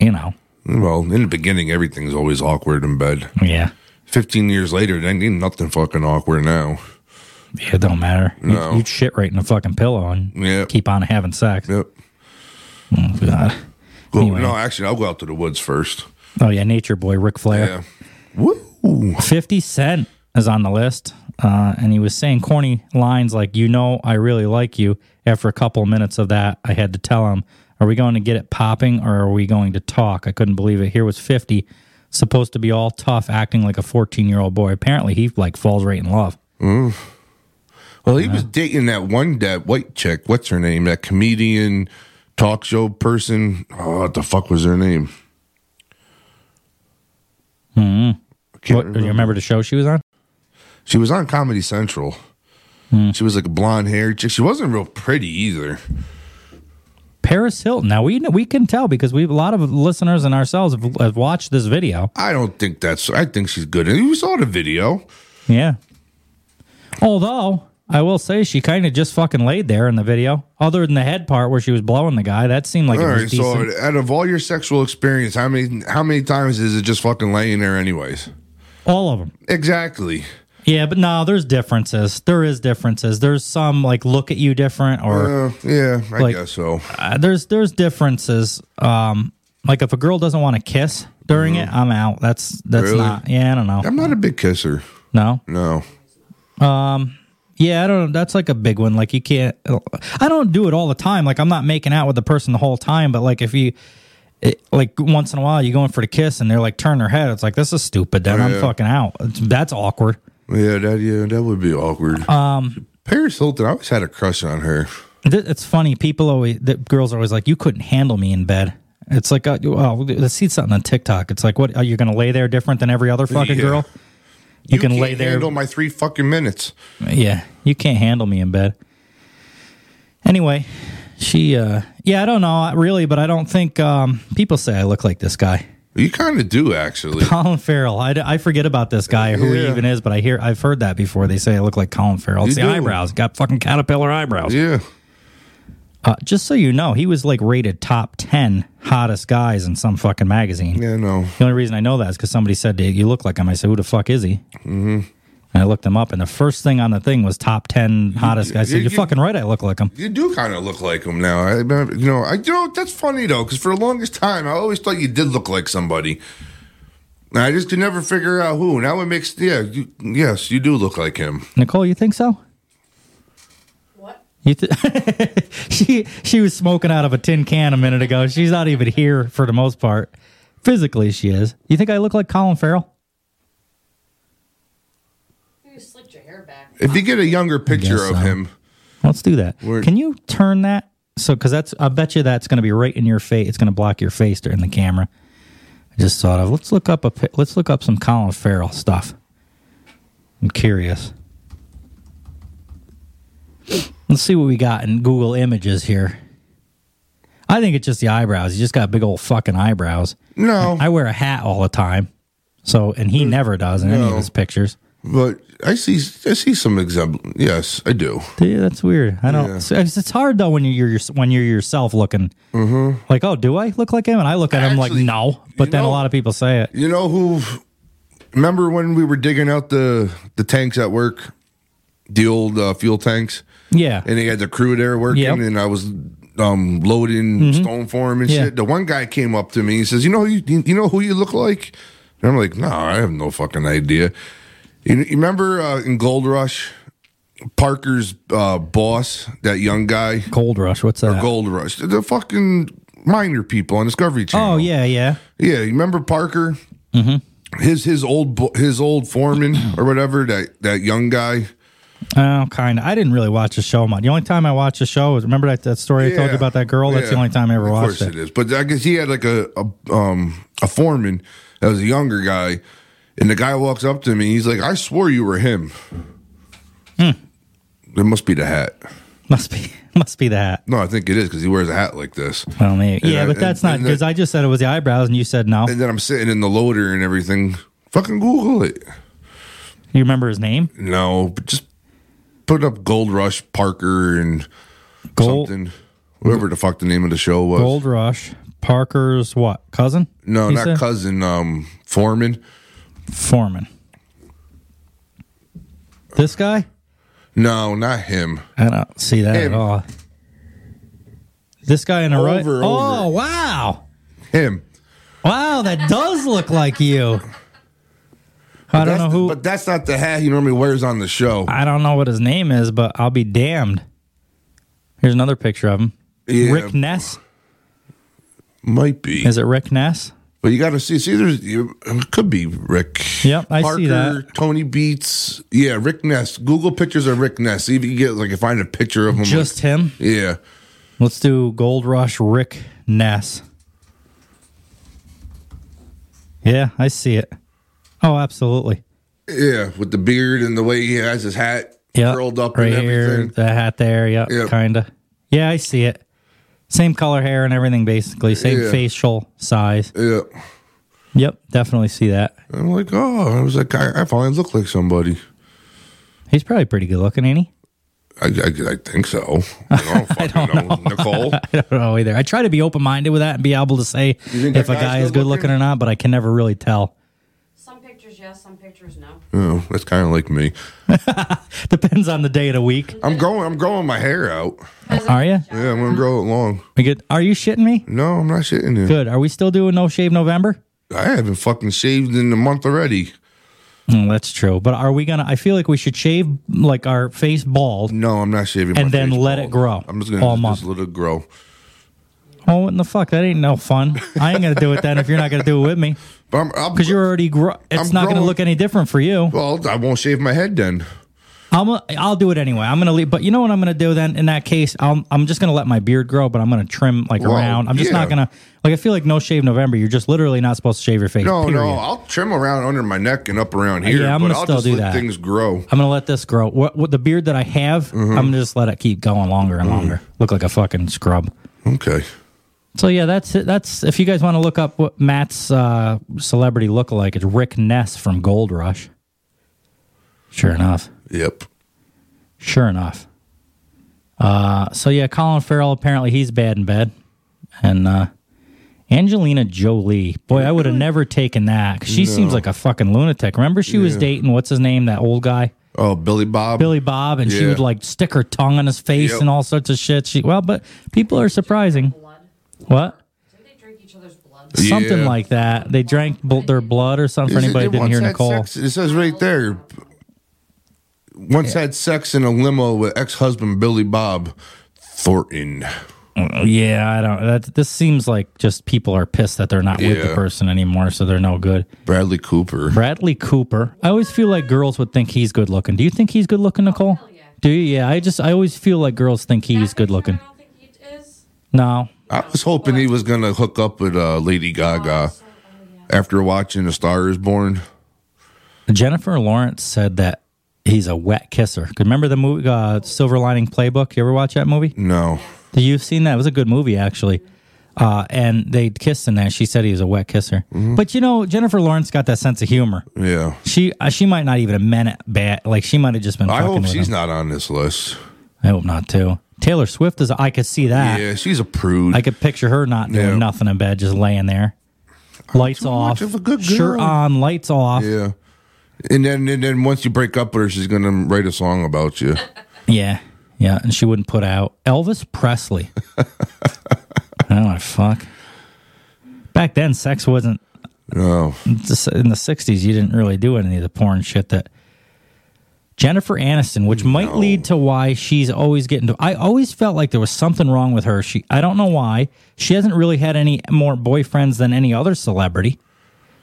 you know
Well, in the beginning, everything's always awkward in bed.
Yeah.
Fifteen years later, it ain't nothing fucking awkward now.
it don't matter. You'd-
No.
You'd, shit right in the fucking pillow and
Yep.
keep on having sex.
Yep.
Oh God.
Go-
Anyway.
No, actually, I'll go out to the woods first.
Oh yeah, Nature Boy, Ric Flair.
Woo!
Fifty Cent is on the list, uh, and he was saying corny lines like "You know, I really like you." After a couple of minutes of that, I had to tell him, "Are we going to get it popping, or are we going to talk?" I couldn't believe it. Here was Fifty, supposed to be all tough, acting like a fourteen-year-old boy. Apparently, he like falls right in love.
Mm. Well, he was dating that one that white chick. What's her name? That comedian, talk show person. Oh, what the fuck was her name?
hmm
can't
What, do you remember the show she was on?
She was on Comedy Central.
Hmm.
She was like a blonde haired chick. She wasn't real pretty either.
Paris Hilton. Now we know, we can tell because we have a lot of listeners and ourselves have, have watched this video.
I don't think that's. I think she's good. And you saw the video.
Yeah. Although I will say she kind of just fucking laid there in the video. Other than the head part where she was blowing the guy, that seemed like
all
it was
right.
decent.
So, out of all your sexual experience, how many how many times is it just fucking laying there, anyways?
All of them.
Exactly.
Yeah, but no, there's differences. There is differences. There's some like look at you different, or
Uh, yeah, I guess so.
uh, there's there's differences. Um, like if a girl doesn't want to kiss during it, I'm out. That's that's
Mm-hmm. Really?
not. Yeah, I don't know.
I'm not a big kisser.
No.
No.
Um, yeah, I don't know. That's like a big one. Like you can't. I don't do it all the time. Like I'm not making out with the person the whole time. But like if you, it, like once in a while, you go in for the kiss and they're like turn their head. It's like this is stupid. Then I'm
Yeah.
fucking out. It's, that's awkward.
Yeah, that yeah, that would be awkward.
Um,
Paris Hilton, I always had a crush on her.
th- it's funny. People always the girls are always like you couldn't handle me in bed. It's like uh, well, let's see something on TikTok. It's like what are you going to lay there different than every other fucking
Yeah.
girl? You, can lay there.
Handle my three fucking minutes.
Yeah, you can't handle me in bed. Anyway, she uh yeah, I don't know really, but I don't think um people say I look like this guy.
You kind of do actually.
Colin Farrell. I, I forget about this guy who he
Yeah.
even is, but I hear I've heard that before. They say I look like Colin Farrell. It's
You
the
do.
eyebrows. Got fucking caterpillar eyebrows.
Yeah.
Uh, just so you know, he was like rated top ten hottest guys in some fucking magazine.
Yeah, no.
The only reason I know that is because somebody said you look like him. I said, "Who the fuck is he?" Mm-hmm. And I looked him up, and the first thing on the thing was top ten hottest guys. I said,
you-
"You're
you-
fucking right. I look like him."
You do kind of look like him now. I remember, you know, I you know that's funny though, because for the longest time I always thought you did look like somebody. And I just could never figure out who. Now it makes yeah, you, yes, you do look like him.
Nicole, you think so? What? You th- she she was smoking out of a tin can a minute ago. She's not even here for the most part. Physically, she is. You think I look like Colin Farrell?
If you get a younger picture of him,
Let's do that. Can you turn that? So, because that's I bet you that's going to be right in your face. It's going to block your face during the camera. I just thought of let's look up a pi- let's look up some Colin Farrell stuff. I'm curious. Let's see what we got in Google Images here. I think it's just the eyebrows. You just got big old fucking eyebrows.
No,
I wear a hat all the time. So, and he never does in any of
No.
his pictures.
but I see I see some example. Yes, I do.
Yeah, that's weird. I don't. so It's, it's hard though when you're your, when you're yourself looking. Mm-hmm. Like, oh, do I look like him? And I look at him like, no. But then a lot of people say it.
You know who? Remember when we were digging out the the tanks at work, the old uh, fuel tanks,
Yeah.
and they had the crew there working,
Yep. Mm-hmm.
and I was um, loading stone for him and
Yeah.
shit. The one guy came up to me and says, "You know, who you, you know who you look like." And I'm like, "No, I have no fucking idea." You, you remember uh, in Gold Rush, Parker's uh, boss, that young guy,
Gold Rush. What's
or
that?
Gold Rush, the fucking miner people on Discovery Channel.
oh yeah, yeah.
Yeah, you remember Parker? Mm-hmm. His his old bo- his old foreman or whatever that that young guy.
Oh, kind of. I didn't really watch the show much. The only time I watched the show was remember that, that story I told you
Yeah.
about that girl. That's the
Yeah.
only time I ever
Of
watched
course
it.
it is, but I guess he had like a, a um a foreman that was a younger guy, and the guy walks up to me. He's like, "I swore you were him." It must be the hat.
Must be must be the hat.
No, I think it is because he wears a hat like this.
Well, maybe.
And
Yeah,
I-
but that's
and-
not
and the-
because I just said it was the eyebrows, and you said no.
And then I'm sitting in the loader and everything. Fucking Google it.
You remember his name?
No, but just put up Gold Rush Parker and
Gold-
something. Whatever the fuck the name of the show was.
Gold Rush. Parker's what cousin?
no,
you
not
said?
cousin. Um, Foreman.
Foreman. This guy.
No, not him.
I don't see that
Him.
at all. This guy in the right.
Over,
Oh
over.
wow!
Him.
Wow, that does look like you. I don't
That's
know
the-
who. Uh,
but that's not the hat he normally wears on the show.
I don't know what his name is, but I'll be damned. Here's another picture of him.
Yeah.
Rick Ness.
Might be.
Is it Rick Ness?
But you got to see. See, there's. you- It could be Rick.
Yep, I
Parker,
see that.
Tony Beats. Yeah, Rick Ness. Google pictures of Rick Ness. See if you can get like if find a picture of him.
Just him.
like- yeah.
Let's do Gold Rush Rick Ness. Yeah, I see it. Oh, absolutely.
Yeah, with the beard and the way he has his hat
Yeah,
curled up
right
and
here,
everything.
the hat there. Yeah,
Yep.
kinda. Yeah, I see it. Same color hair and everything, basically. Same
Yeah.
facial size.
Yeah.
Yep, definitely see that.
I'm like, oh, I was like, I, I finally look like somebody.
He's probably pretty good looking, ain't he?
I, I, I think so. I don't, fucking know. Nicole.
I don't know either. I try to be open minded with that and be able to say
think that
if a
guy's
guy is
good
good looking or not, but I can never really tell.
Some pictures yes, some pictures no.
Oh, that's kind of like me.
Depends on the day of the week.
I'm going. I'm growing my hair out.
Are you?
Yeah, I'm gonna grow it long.
We good? Are you shitting me?
No, I'm not shitting you.
Good. Are we still doing No Shave November?
I haven't fucking shaved in a month already.
Mm, that's true. But are we gonna? I feel like we should shave like our face bald.
No, I'm not shaving.
And
my
then
face
let
bald.
it grow
I'm just gonna
all
just,
month.
let it grow.
Oh, what in the fuck? That ain't no fun. I ain't gonna do it then if you're not gonna do it with me.
But I'm, I'm
Because you're already grow. It's
I'm
not gonna
growing-
look any different for you.
well. I won't shave my head then.
I'm a, I'll do it anyway. I'm gonna leave, but you know what I'm gonna do then? In that case, I'm I'm just gonna let my beard grow, but I'm gonna trim like
Well,
around. I'm just
yeah.
not gonna like. I feel like no shave November. You're just literally not supposed to shave your face.
No,
period.
no. I'll trim around under my neck and up around here.
Yeah, I'm
but
gonna
I'll
still
just
do
let
that.
Things grow.
I'm gonna let this grow. What, what the beard that I have,
Mm-hmm.
I'm gonna just let it keep going longer and longer. Look like a fucking scrub.
Okay.
So yeah, that's it. That's if you guys want to look up what Matt's uh, celebrity lookalike, it's Rick Ness from Gold Rush. Sure enough.
Yep.
Sure enough. Uh, so yeah, Colin Farrell apparently he's bad in bed, and uh, Angelina Jolie. Boy, I would have never taken that 'cause she seems
No.
like a fucking lunatic. Remember she was
Yeah.
dating what's his name, that old guy,
Oh, Billy Bob.
Billy Bob, and she
Yeah.
would like stick her tongue on his face
Yep.
and all sorts of shit. She well, but people are surprising. What? Something
Yeah.
like that. They drank bl- their blood or something. For
Is it-
anybody
they
who didn't
once
hear
had
Nicole.
sex- it says right there. Once had sex in a limo with ex-husband Billy Bob Thornton.
Yeah, I don't. That this seems like just people are pissed that they're not with the
Yeah.
person anymore, so they're no good.
Bradley Cooper.
Bradley Cooper. I always feel like girls would think he's good looking. Do you think he's good looking, Nicole?
Oh,
Do you? Yeah, I just I always feel like girls think he's good looking. No,
I was hoping he was gonna hook up with uh, Lady Gaga after watching The Star Is Born.
Jennifer Lawrence said that he's a wet kisser. 'Cause Remember the movie uh, Silver Lining Playbook? You ever watch that movie?
No,
Do You've seen that. It was a good movie actually. Uh, and they kissed in that. She said he was a wet kisser.
Mm-hmm.
But you know, Jennifer Lawrence got that sense of humor.
yeah.
She uh, she might not even have meant it bad. Like she might have just been.
I
fucking
hope
with
she's
him.
not on this list.
I hope not too. Taylor Swift is. I could see that.
Yeah, she's a prude.
I could picture her not doing
Yeah.
nothing in bed, just laying there, lights off,
of a good
shirt
girl.
on, lights off. Yeah.
yeah. And then and then once you break up with her, she's gonna write a song about you.
yeah, and she wouldn't put out Elvis Presley. oh my fuck! Back then, sex wasn't
Oh,
just in the '60s. You didn't really do any of the porn shit that. Jennifer Aniston, which might lead to why she's always getting to. I always felt like there was something wrong with her. She, I don't know why. She hasn't really had any more boyfriends than any other celebrity.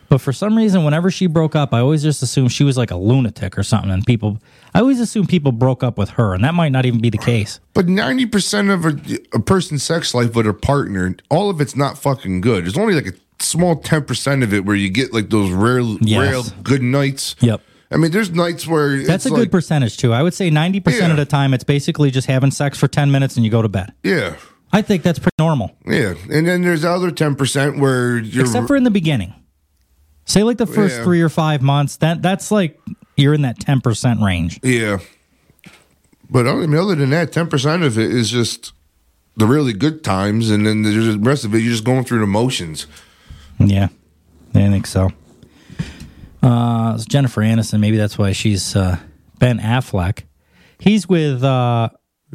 But for some reason, whenever she broke up, I always just assumed she was like a lunatic or something. And people, I always assume people broke up with her, and that might not even be the case.
but ninety percent of a, a person's sex life with a partner, all of it's not fucking good. There's only like a small ten percent of it where you get like those rare,
Yes.
rare good nights.
Yep.
I mean, there's nights where
That's
it's
a
like,
good percentage, too. I would say 90%
Yeah.
of the time, it's basically just having sex for 10 minutes and you go to bed.
Yeah.
I think that's pretty normal,
Yeah, and then there's the other ten percent where you're
except for in the beginning. Say like the first
Yeah.
three or five months, that that's like you're in that 10% range.
yeah. But other, I mean, other than that, ten percent of it is just the really good times, and then there's the rest of it. You're just going through the motions.
Yeah, I think so. Uh, it's Jennifer Aniston. Maybe that's why she's uh, Ben Affleck. He's with uh,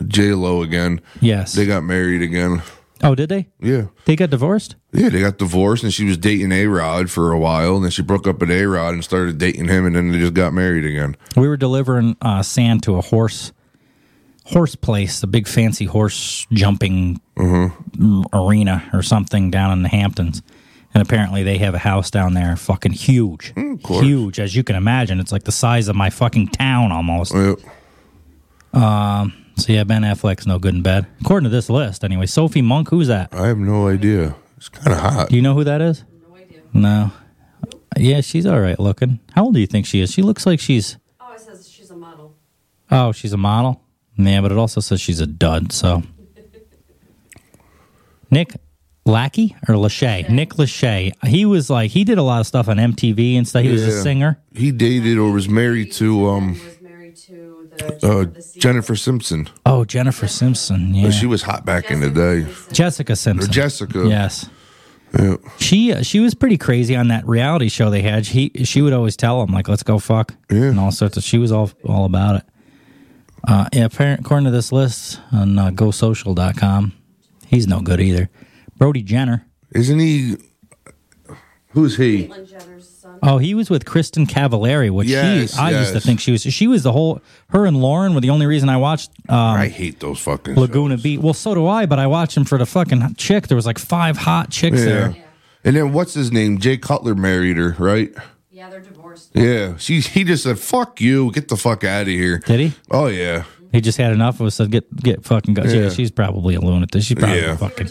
J Lo again.
yes.
They got married again.
oh, did they?
Yeah,
They got divorced.
yeah. They got divorced, and she was dating A Rod for a while, and then she broke up with A Rod and started dating him, and then they just got married again.
We were delivering uh, sand to a horse horse place, a big fancy horse jumping mm, arena or something down in the Hamptons. And apparently they have a house down there, fucking huge,
course.
huge as you can imagine. It's like the size of my fucking town almost.
Yep.
So yeah, Ben Affleck's no good in bed, according to this list. Anyway, Sophie Monk, who's that?
I have no idea. It's kind of hot.
Do you know who that is? No. Yeah, she's all right looking. How old do you think she is? She looks like she's
Oh, it says she's a model.
oh, she's a model. Yeah, but it also says she's a dud. So Nick Lackey or Lachey? Nick Lachey. He was like he did a lot of stuff on MTV and stuff. He was a
Yeah.
singer.
He dated or was married to um
He was married to the the
Uh, Jennifer Simpson.
Oh, Jennifer Simpson. Yeah.
But She was hot back in the day.
Jessica Simpson.
Jessica.
Yes.
Yeah.
She uh, she was pretty crazy on that reality show they had. She she would always tell him like, "Let's go fuck," and all sorts of. She was all all about it. Uh, yeah, apparent, according to this list on uh, GoSocial.com, he's no good either. Brody Jenner,
isn't he? Who's he?
Oh, he was with Kristen Cavallari, which
Yes,
she I used to
yes.
think she was. She was the whole. Her and Lauren were the only reason I watched. Um,
I hate those fucking.
Laguna Beach. Well, so do I, but I watched him for the fucking chick. There was like five hot chicks
Yeah.
there.
And then what's his name? Jay Cutler married her, right?
yeah, they're divorced.
Yeah. She he just said, "Fuck you, get the fuck out of here."
Did he?
Oh yeah.
He just had enough of us. Said get get fucking go. Yeah.
Yeah.
she's probably a lunatic. She's probably
Yeah.
fucking.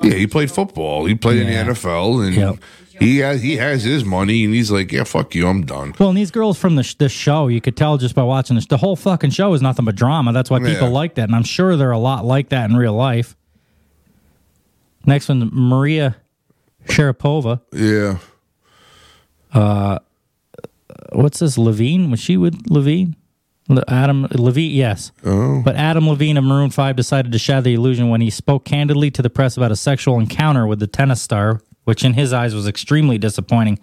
Yeah, he played football. He played in the NFL, and he has he has his money, and he's like, "Yeah, fuck you, I'm done."
Well, and these girls from the sh- this show, you could tell just by watching this. The whole fucking show is nothing but drama. That's why people
Yeah.
like that, and I'm sure they're a lot like that in real life. Next one, Maria Sharapova.
Yeah.
Uh, what's this? Levine? Was she with Levine? Le- Adam Levine? Yes.
Oh.
But Adam Levine of Maroon Five decided to shatter the illusion when he spoke candidly to the press about a sexual encounter with the tennis star, which in his eyes was extremely disappointing.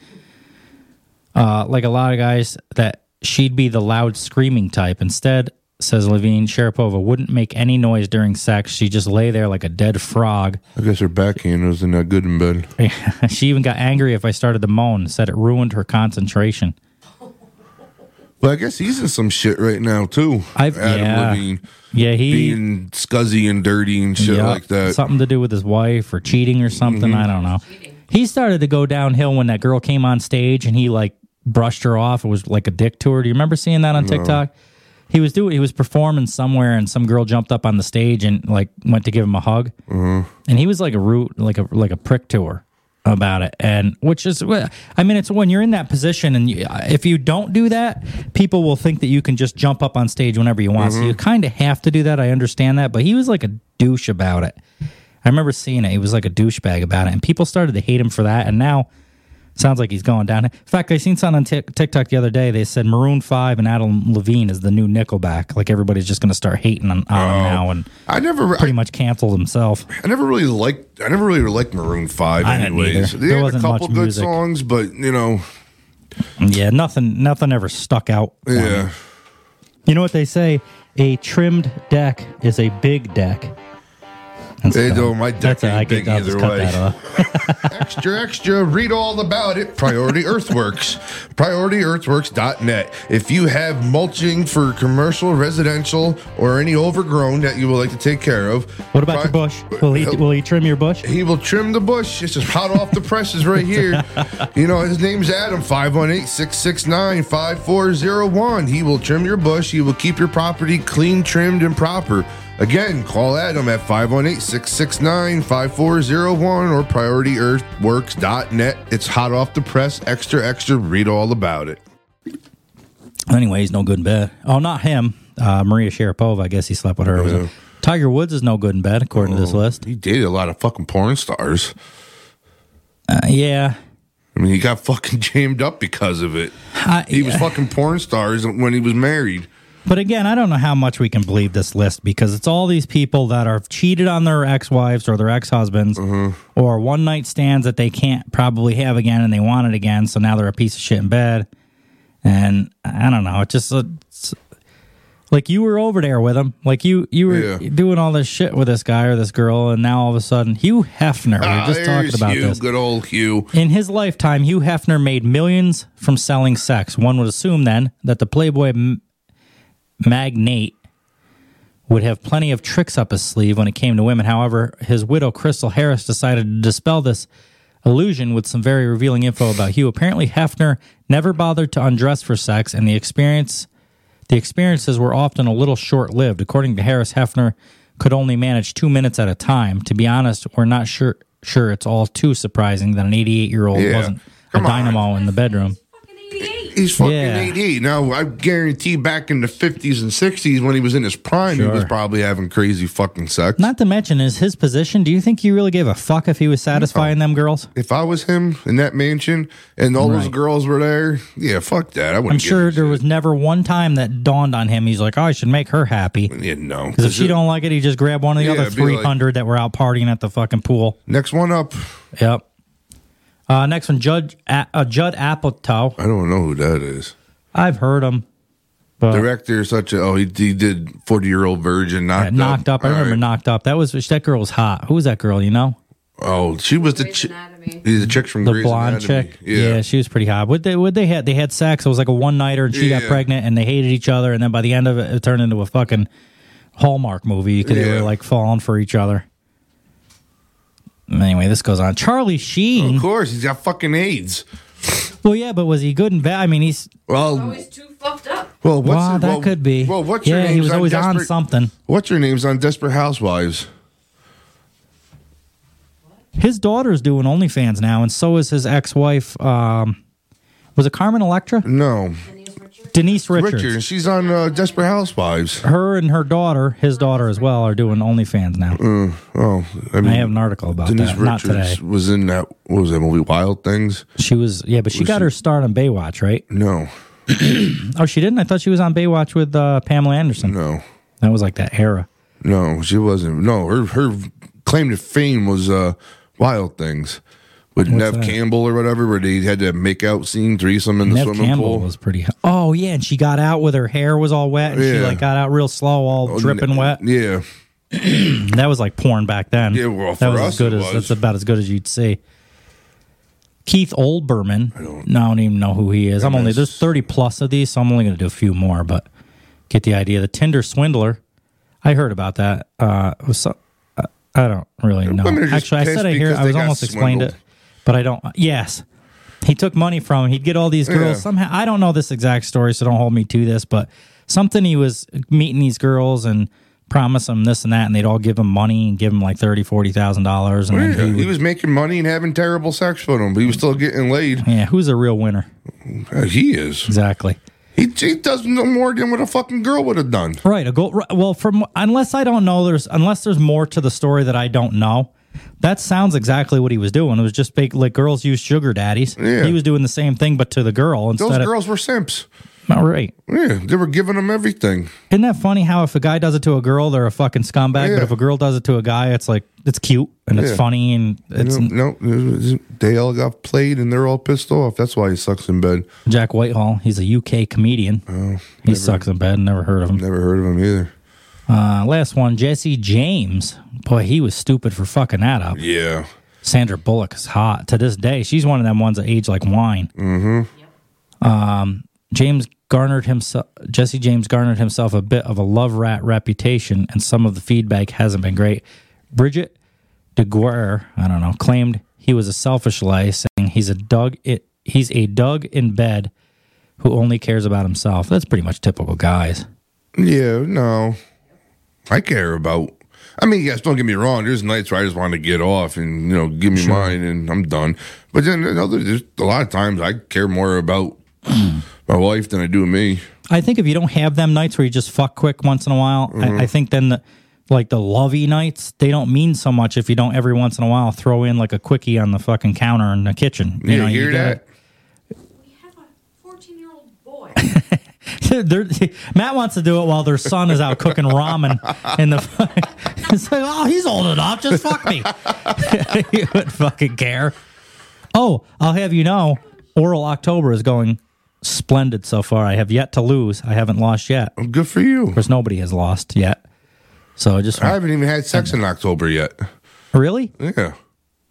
Uh, like a lot of guys, that she'd be the loud screaming type. Instead, says Levine, Sharapova wouldn't make any noise during sex. She just lay there like a dead frog.
I guess her backhand wasn't that good in bed.
she even got angry if I started to moan, said it ruined her concentration.
But I guess he's in some shit right now too. I've
yeah.
Levine.
Yeah, he-
being scuzzy and dirty and shit
Yeah,
like that. Mm-hmm.
Something to do with his wife or cheating or something. I don't know. He started to go downhill when that girl came on stage and he like brushed her off. It was like a dick to her. Do you remember seeing that on
No.
TikTok? He was doing. He was performing somewhere, and some girl jumped up on the stage and like went to give him a hug,
Mm-hmm.
and he was like a root, like a like a prick to her about it. And which is, I mean, it's when you're in that position, and you, if you don't do that, people will think that you can just jump up on stage whenever you want. So
Mhm.
you kind of have to do that. I understand that, but he was like a douche about it. I remember seeing it. He was like a douchebag about it, and people started to hate him for that. And now, sounds like he's going down. In fact, I seen something on Tik TikTok the other day. They said Maroon Five and Adam Levine is the new Nickelback. Like everybody's just going to start hating on, on him now, and
I never
pretty much canceled himself.
I never really liked. I never really liked Maroon Five.
I didn't
Anyways,
either.
they
There
had
wasn't
a couple
much
good
music.
songs, but you know,
Yeah, nothing, nothing ever stuck out. for me.
yeah.
You know what they say? A trimmed deck is a big deck.
They don't. My deck
That's a- I
ain't big
could- I'll just
either
cut
way.
that off.
extra, extra. Read all about it. Priority Earthworks. PriorityEarthworks.net. If you have mulching for commercial, residential, or any overgrown that you would like to take care of,
What about your bush? Will he will he trim your bush?
He will trim the bush. It's just hot off the presses right here. You know, his name's Adam, 518 669 5401. He will trim your bush. He will keep your property clean, trimmed, and proper. Again, call Adam at 518 669 5401 or priorityearthworks.net. It's hot off the press. Extra, extra. Read all about it.
Anyways, no good in bed. Oh, not him. Uh, Maria Sharapova. I guess he slept with her. Was it? Tiger Woods is no good in bed according to this list.
He dated a lot of fucking porn stars.
Uh, yeah.
I mean, he got fucking jammed up because of it.
I-
he was fucking porn stars when he was married.
But again, I don't know how much we can believe this list because it's all these people that are cheated on their ex-wives or their ex-husbands
Mm-hmm.
or one night stands that they can't probably have again and they want it again, so now they're a piece of shit in bed. And I don't know, it just uh, it's, like you were over there with him, like you you were doing all this shit with this guy or this girl, and now all of a sudden Hugh Hefner, we
Ah,
were just talking
there's
about
Hugh,
this.
Good old Hugh.
In his lifetime, Hugh Hefner made millions from selling sex. One would assume then that the Playboy m- magnate would have plenty of tricks up his sleeve when it came to women. However, his widow, Crystal Harris, decided to dispel this illusion with some very revealing info about Hugh. Apparently, Hefner never bothered to undress for sex, and the experience. The experiences were often a little short lived. According to Harris, Hefner could only manage two minutes at a time. To be honest, we're not sure sure it's all too surprising that an 88 year old
Yeah.
wasn't a dynamo in the bedroom.
He's fucking
Yeah.
88. Now, I guarantee back in the 50s and 60s when he was in his prime, he was
Sure.
probably having crazy fucking sex.
Not to mention, is his position? Do you think he really gave a fuck if he was satisfying them girls?
If I was him in that mansion and all those
Right.
girls were there, yeah, fuck that. I wouldn't
I'm
give
sure there was never one time that dawned on him. He's like, oh, I should make her happy.
Yeah, no.
Because if she don't like it, he just grabbed one of the
Yeah,
other
it'd be like-
300 that were out partying at the fucking pool.
Next one up.
Yep. Uh, next one, Judge a- uh, Judd Apatow.
I don't know who that is.
I've heard him.
Director, such a. Oh, he, he did 40 year old virgin, knocked,
knocked up. I
All
remember
right.
knocked up. That was that girl was hot. Who was that girl? You know,
Oh, she was the chick. He's the chicks from
the
Grey's
blonde
Anatomy.
chick.
Yeah.
she was pretty hot. What they what they had? They had sex. It was like a one nighter, and she got
Yeah.
pregnant, and they hated each other. And then by the end of it, it turned into a fucking Hallmark movie because they
Yeah.
were like falling for each other. Anyway, this goes on. Charlie Sheen.
Of course, he's got fucking AIDS.
Well, yeah, but was he good and bad? I mean, he's
Well,
He's too fucked up.
well, what's
Well,
it-
that could be.
Well, what's
yeah,
your
he
name's
was always on
Desperate-
something.
What's your name's on Desperate Housewives?
His daughter's doing OnlyFans now, and so is his ex-wife. Um, was it Carmen Electra?
No,
Denise Richards.
Richard. She's on uh, Desperate Housewives.
Her and her daughter, his daughter as well, are doing OnlyFans now.
Oh, I mean,
have an article about
Denise
that, not
Richards
today.
was in that. What was that movie? Wild Things.
She was, yeah, but she
Was
got
she-
her start on Baywatch, right?
No,
Oh, she didn't. I thought she was on Baywatch with uh, Pamela Anderson.
no,
That was like that era.
no. She wasn't. No, her her claim to fame was uh, Wild Things with
What's
Nev
that?
Campbell or whatever, where they had that makeout scene, threesome in the
Nev
swimming
Campbell
pool.
was pretty. hot. Oh yeah, and she got out with her hair was all wet, and she
Yeah.
like got out real slow, all
Oh,
dripping
ne-
wet.
Yeah.
That was like porn back then.
Yeah, well,
that
for
was as
us
good
it
as
was.
that's about as good as you'd see. Keith Oldberman. I don't, no, I don't even know who he is. I'm only there's 30 plus of these, so I'm only going to do a few more, but get the idea. The Tinder swindler. I heard about that. Uh, it was so, uh, I don't really know.
women are just
Actually, I
pissed
said I hear.
because
I
they
was
got
almost explained it,
swindled.
but I don't. Yes, he took money from. He'd get all these girls
Yeah.
somehow. I don't know this exact story, so don't hold me to this. But something he was meeting these girls and promise them this and that, and they'd all give him money and give him like thirty, forty thousand dollars. And
Yeah,
then he
he
would,
was making money and having terrible sex with him, but he was still getting laid.
yeah, who's a real winner?
Uh, He is.
Exactly.
He, he does no more than what a fucking girl would have done.
Right. A goal. right, Well, from unless I don't know, there's unless there's more to the story that I don't know. That sounds exactly what he was doing. It was just big, like girls use sugar daddies.
Yeah.
He was doing the same thing, but to the girl instead
Those
of
girls were simps.
All right.
Yeah, they were giving him everything.
Isn't that funny? How if a guy does it to a girl, they're a fucking scumbag,
Yeah.
but if a girl does it to a guy, it's like it's cute and it's
Yeah.
funny and it's
no, no, they all got played and they're all pissed off. That's why he sucks in bed.
Jack Whitehall. He's a UK comedian.
Oh,
he sucks in bed. Never heard of him.
Never heard of him either.
Uh, last one, Jesse James. Boy, he was stupid for fucking that up.
Yeah.
Sandra Bullock is hot to this day. She's one of them ones that age like wine. Mm-hmm. Um, James garnered himself. Jesse James garnered himself a bit of a love rat reputation, and some of the feedback hasn't been great. Bridget DeGuerre, I don't know, claimed he was a selfish lie, saying he's a dug it. He's a dug in bed who only cares about himself. That's pretty much typical guys.
Yeah, no. I care about. I mean, yes, don't get me wrong. There's nights where I just want to get off and, you know, give me mine and I'm done. But then you know, there's a lot of times I care more about my wife than I do me.
I think if you don't have them nights where you just fuck quick once in a while, I,
Mm-hmm.
I think then the, like the lovey nights, they don't mean so much if you don't every once in a while throw in like a quickie on the fucking counter in the kitchen.
You, hear
gotta-
that?
We have a 14 year old boy.
They're- Matt wants to do it while their son is out cooking ramen in the. it's like, oh, he's old enough. Just fuck me. he would fucking care. Oh, I'll have you know, Oral October is going splendid so far. I have yet to lose. I haven't lost yet. Of
Good for you.
course, nobody has lost yet. So I just
I haven't even had sex in October yet.
really.
Yeah.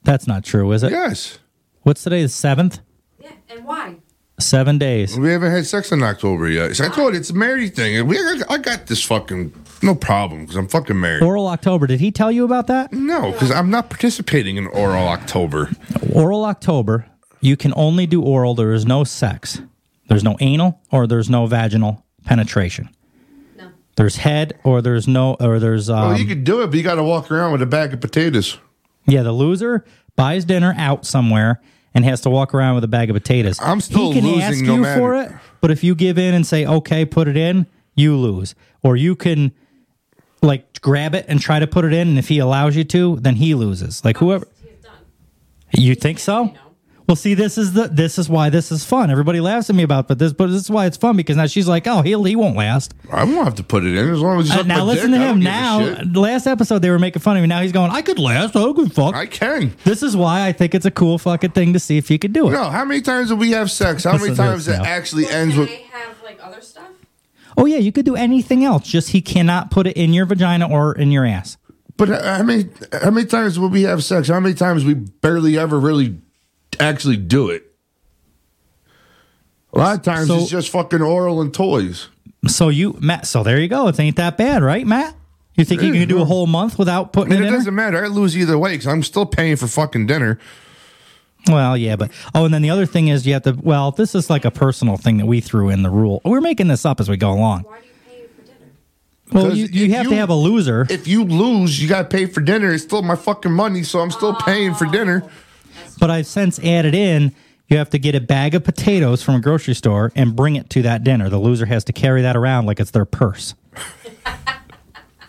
That's not true, is it?
Yes.
What's today? The seventh.
yeah, and why?
Seven days.
We haven't had sex in October yet. So I told you, it's a married thing. And we, I, I got this fucking no problem because I'm fucking married.
Oral October. Did he tell you about that?
no, because I'm not participating in oral October.
Oral October, you can only do oral. There is no sex. There's no anal or there's no vaginal penetration.
No.
There's head or there's no or there's um,
well, you could do it, but you got to walk around with a bag of potatoes.
yeah. The loser buys dinner out somewhere and has to walk around with a bag of potatoes.
I'm still
he can
losing
ask
no
you
matter-
for it, but if you give in and say okay, put it in, you lose. Or you can like grab it and try to put it in, and if he allows you to, then he loses. Like whoever. You think so? Well, see, this is the this is why this is fun. Everybody laughs at me about, but this but this is why it's fun because now she's like, oh, he'll he won't last.
I won't have to put it in as long as you
Uh,
suck my
now listen
dick,
to
I don't
him.
give a
Now,
shit.
last episode they were making fun of me. Now he's going, I could last. I could fuck. I
can.
This is why I think it's a cool fucking thing to see if you could do it.
No, how many times do we have sex? How
This
many
is it
times it
now.
actually ends with?
Oh yeah, you could do anything else. Just he cannot put it in your vagina or in your ass.
But uh, how many how many times will we have sex? How many times we barely ever really actually do it? A lot of times
So-
it's just fucking oral and toys.
So you, Matt. So there you go. It ain't that bad, right, Matt? You think you
Yeah,
can do
no.
a whole month without
I
putting
mean,
it
it
in? her?
doesn't matter. I lose either way because I'm still paying for fucking dinner.
Well, yeah, but oh, and then the other thing is you have to. Well, this is like a personal thing that we threw in the rule. We're making this up as we go along. Well,
Because
you, you
if
have to have a loser.
If you lose, you got to pay for dinner. It's still my fucking money, so I'm still paying for dinner.
But I've since added in you have to get a bag of potatoes from a grocery store and bring it to that dinner. The loser has to carry that around like it's their purse.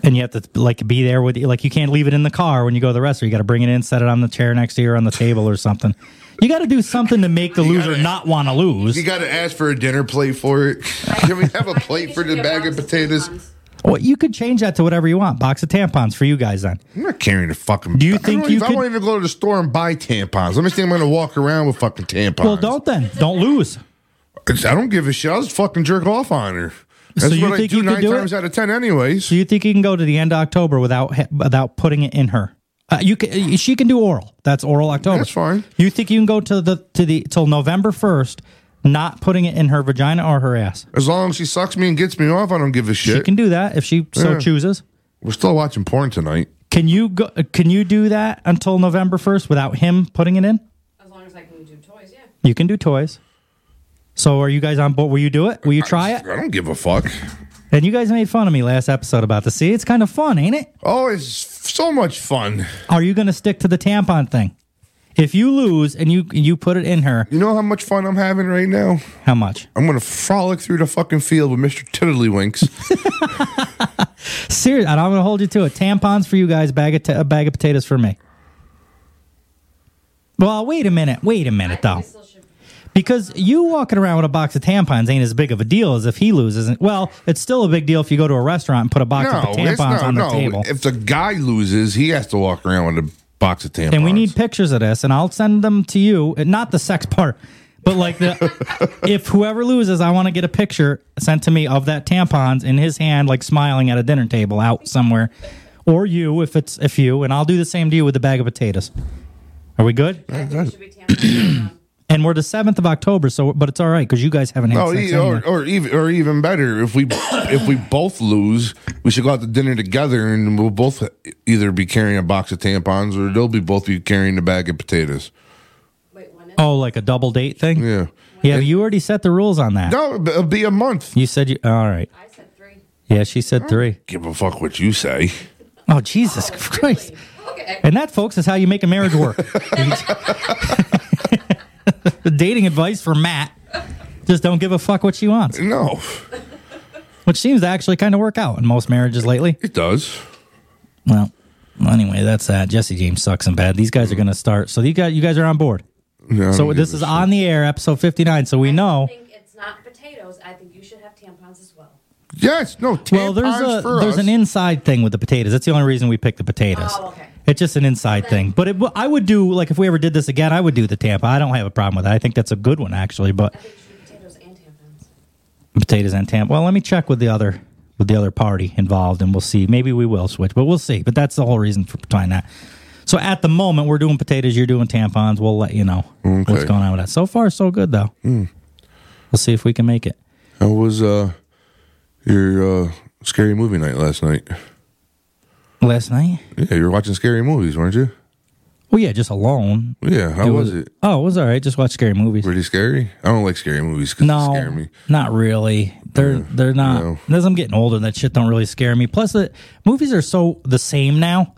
and you have to like be there with like you can't leave it in the car when you go to the restaurant. You got to bring it in, set it on the chair next to you or on the table or something. You got to do something to make the loser not want to lose.
You got to ask for a dinner plate for it. Can we have a plate for the bag of potatoes?
Well, you could change that to whatever you want. Box of tampons for you guys then.
I'm not carrying a fucking.
Do you
I don't
think
even-
you
if I
could-
won't even go to the store and buy tampons. Let me think I'm going to walk around with fucking tampons.
Well, don't then. Don't lose.
I don't give a shit. I'll just fucking jerk off on her. That's
so you
what
think
I do
you could
nine
do
times
it?
out of ten, anyways.
So you think you can go to the end of October without ha- without putting it in her? Uh, you can. She can do oral. That's oral October. That's fine. You think you can go to the to the till November first, not putting it in her vagina or her ass?
As long as she sucks me and gets me off, I don't give a shit.
She can do that if she so
Yeah.
chooses.
We're still watching porn tonight.
Can you go? Can you do that until November first without him putting it in? As long as I can do toys, yeah. You can do toys. So are you guys on board? Will you do it? Will you try it?
I don't give a fuck.
And you guys made fun of me last episode about this. See, it's kind of fun, ain't it?
Oh, it's so much fun.
Are you going to stick to the tampon thing? If you lose and you you put it in her,
you know how much fun I'm having right now.
How much?
I'm gonna frolic through the fucking field with Mr. Tiddlywinks.
Seriously, I'm going to hold you to it. Tampons for you guys, bag of ta- a bag of potatoes for me. Well, wait a minute. Wait a minute, though. Because you walking around with a box of tampons ain't as big of a deal as if he loses. it. Well, it's still a big deal if you go to a restaurant and put a box of tampons on the table.
If the guy loses, he has to walk around with a box of tampons.
And we need pictures of this, and I'll send them to you. And Not the sex part, but like the if whoever loses, I want to get a picture sent to me of that tampons in his hand, like smiling at a dinner table out somewhere, or you if it's if you, and I'll do the same to you with the bag of potatoes. Are we good? and we're the seventh of October, so but it's all right because you guys haven't had
Oh,
sex.
e- or,
anyway.
or even or even better, if we if we both lose, we should go out to dinner together, and we'll both either be carrying a box of tampons, or they'll be both be carrying a bag of potatoes.
oh, like a double date thing?
Yeah.
Yeah, but you already set the rules on that.
No, it'll be a month.
You said you. All right. I said three. Yeah, she said three.
Give a fuck what you say.
Oh, Jesus Christ. And that, folks, is how you make a marriage work. the dating advice for Matt just don't give a fuck what she wants.
No.
Which seems to actually kind of work out in most marriages lately.
It does.
Well, anyway, that's that. Jesse James sucks and bad. These guys are going to start. So you guys, you guys are on board.
I
so
don't
this is on the air, episode 59. So we know.
It's not potatoes. I think you should have tampons as well.
Yes, no.
Well, there's
tampons
a
for
there's
us.
an inside thing with the potatoes. That's the only reason we picked the potatoes.
Oh,
Oh.
It's just an inside thing. But it, w- I would do like if we ever did this again, I would do the Tampa. I don't have a problem with that. I think that's a good one actually. But potatoes and Tampa. Well, let me check with the other with the other party involved, and we'll see. Maybe we will switch, but we'll see. But that's the whole reason for trying that. So at the moment, we're doing potatoes. You're doing tampons. We'll let you know what's
Okay. Hmm.
going on with that. So far, so good though. We'll see if we can make it.
How was uh your uh scary movie night last night?
Last night?
Yeah, you were watching scary movies, weren't you?
Well, yeah, just alone.
Yeah, how was it?
Oh, it was all right. Just watch scary movies.
Pretty scary. I don't like scary movies because
No,
they scare me.
not really. They're they're not. As I'm getting older, that shit don't really scare me. Plus, the movies are so the same now.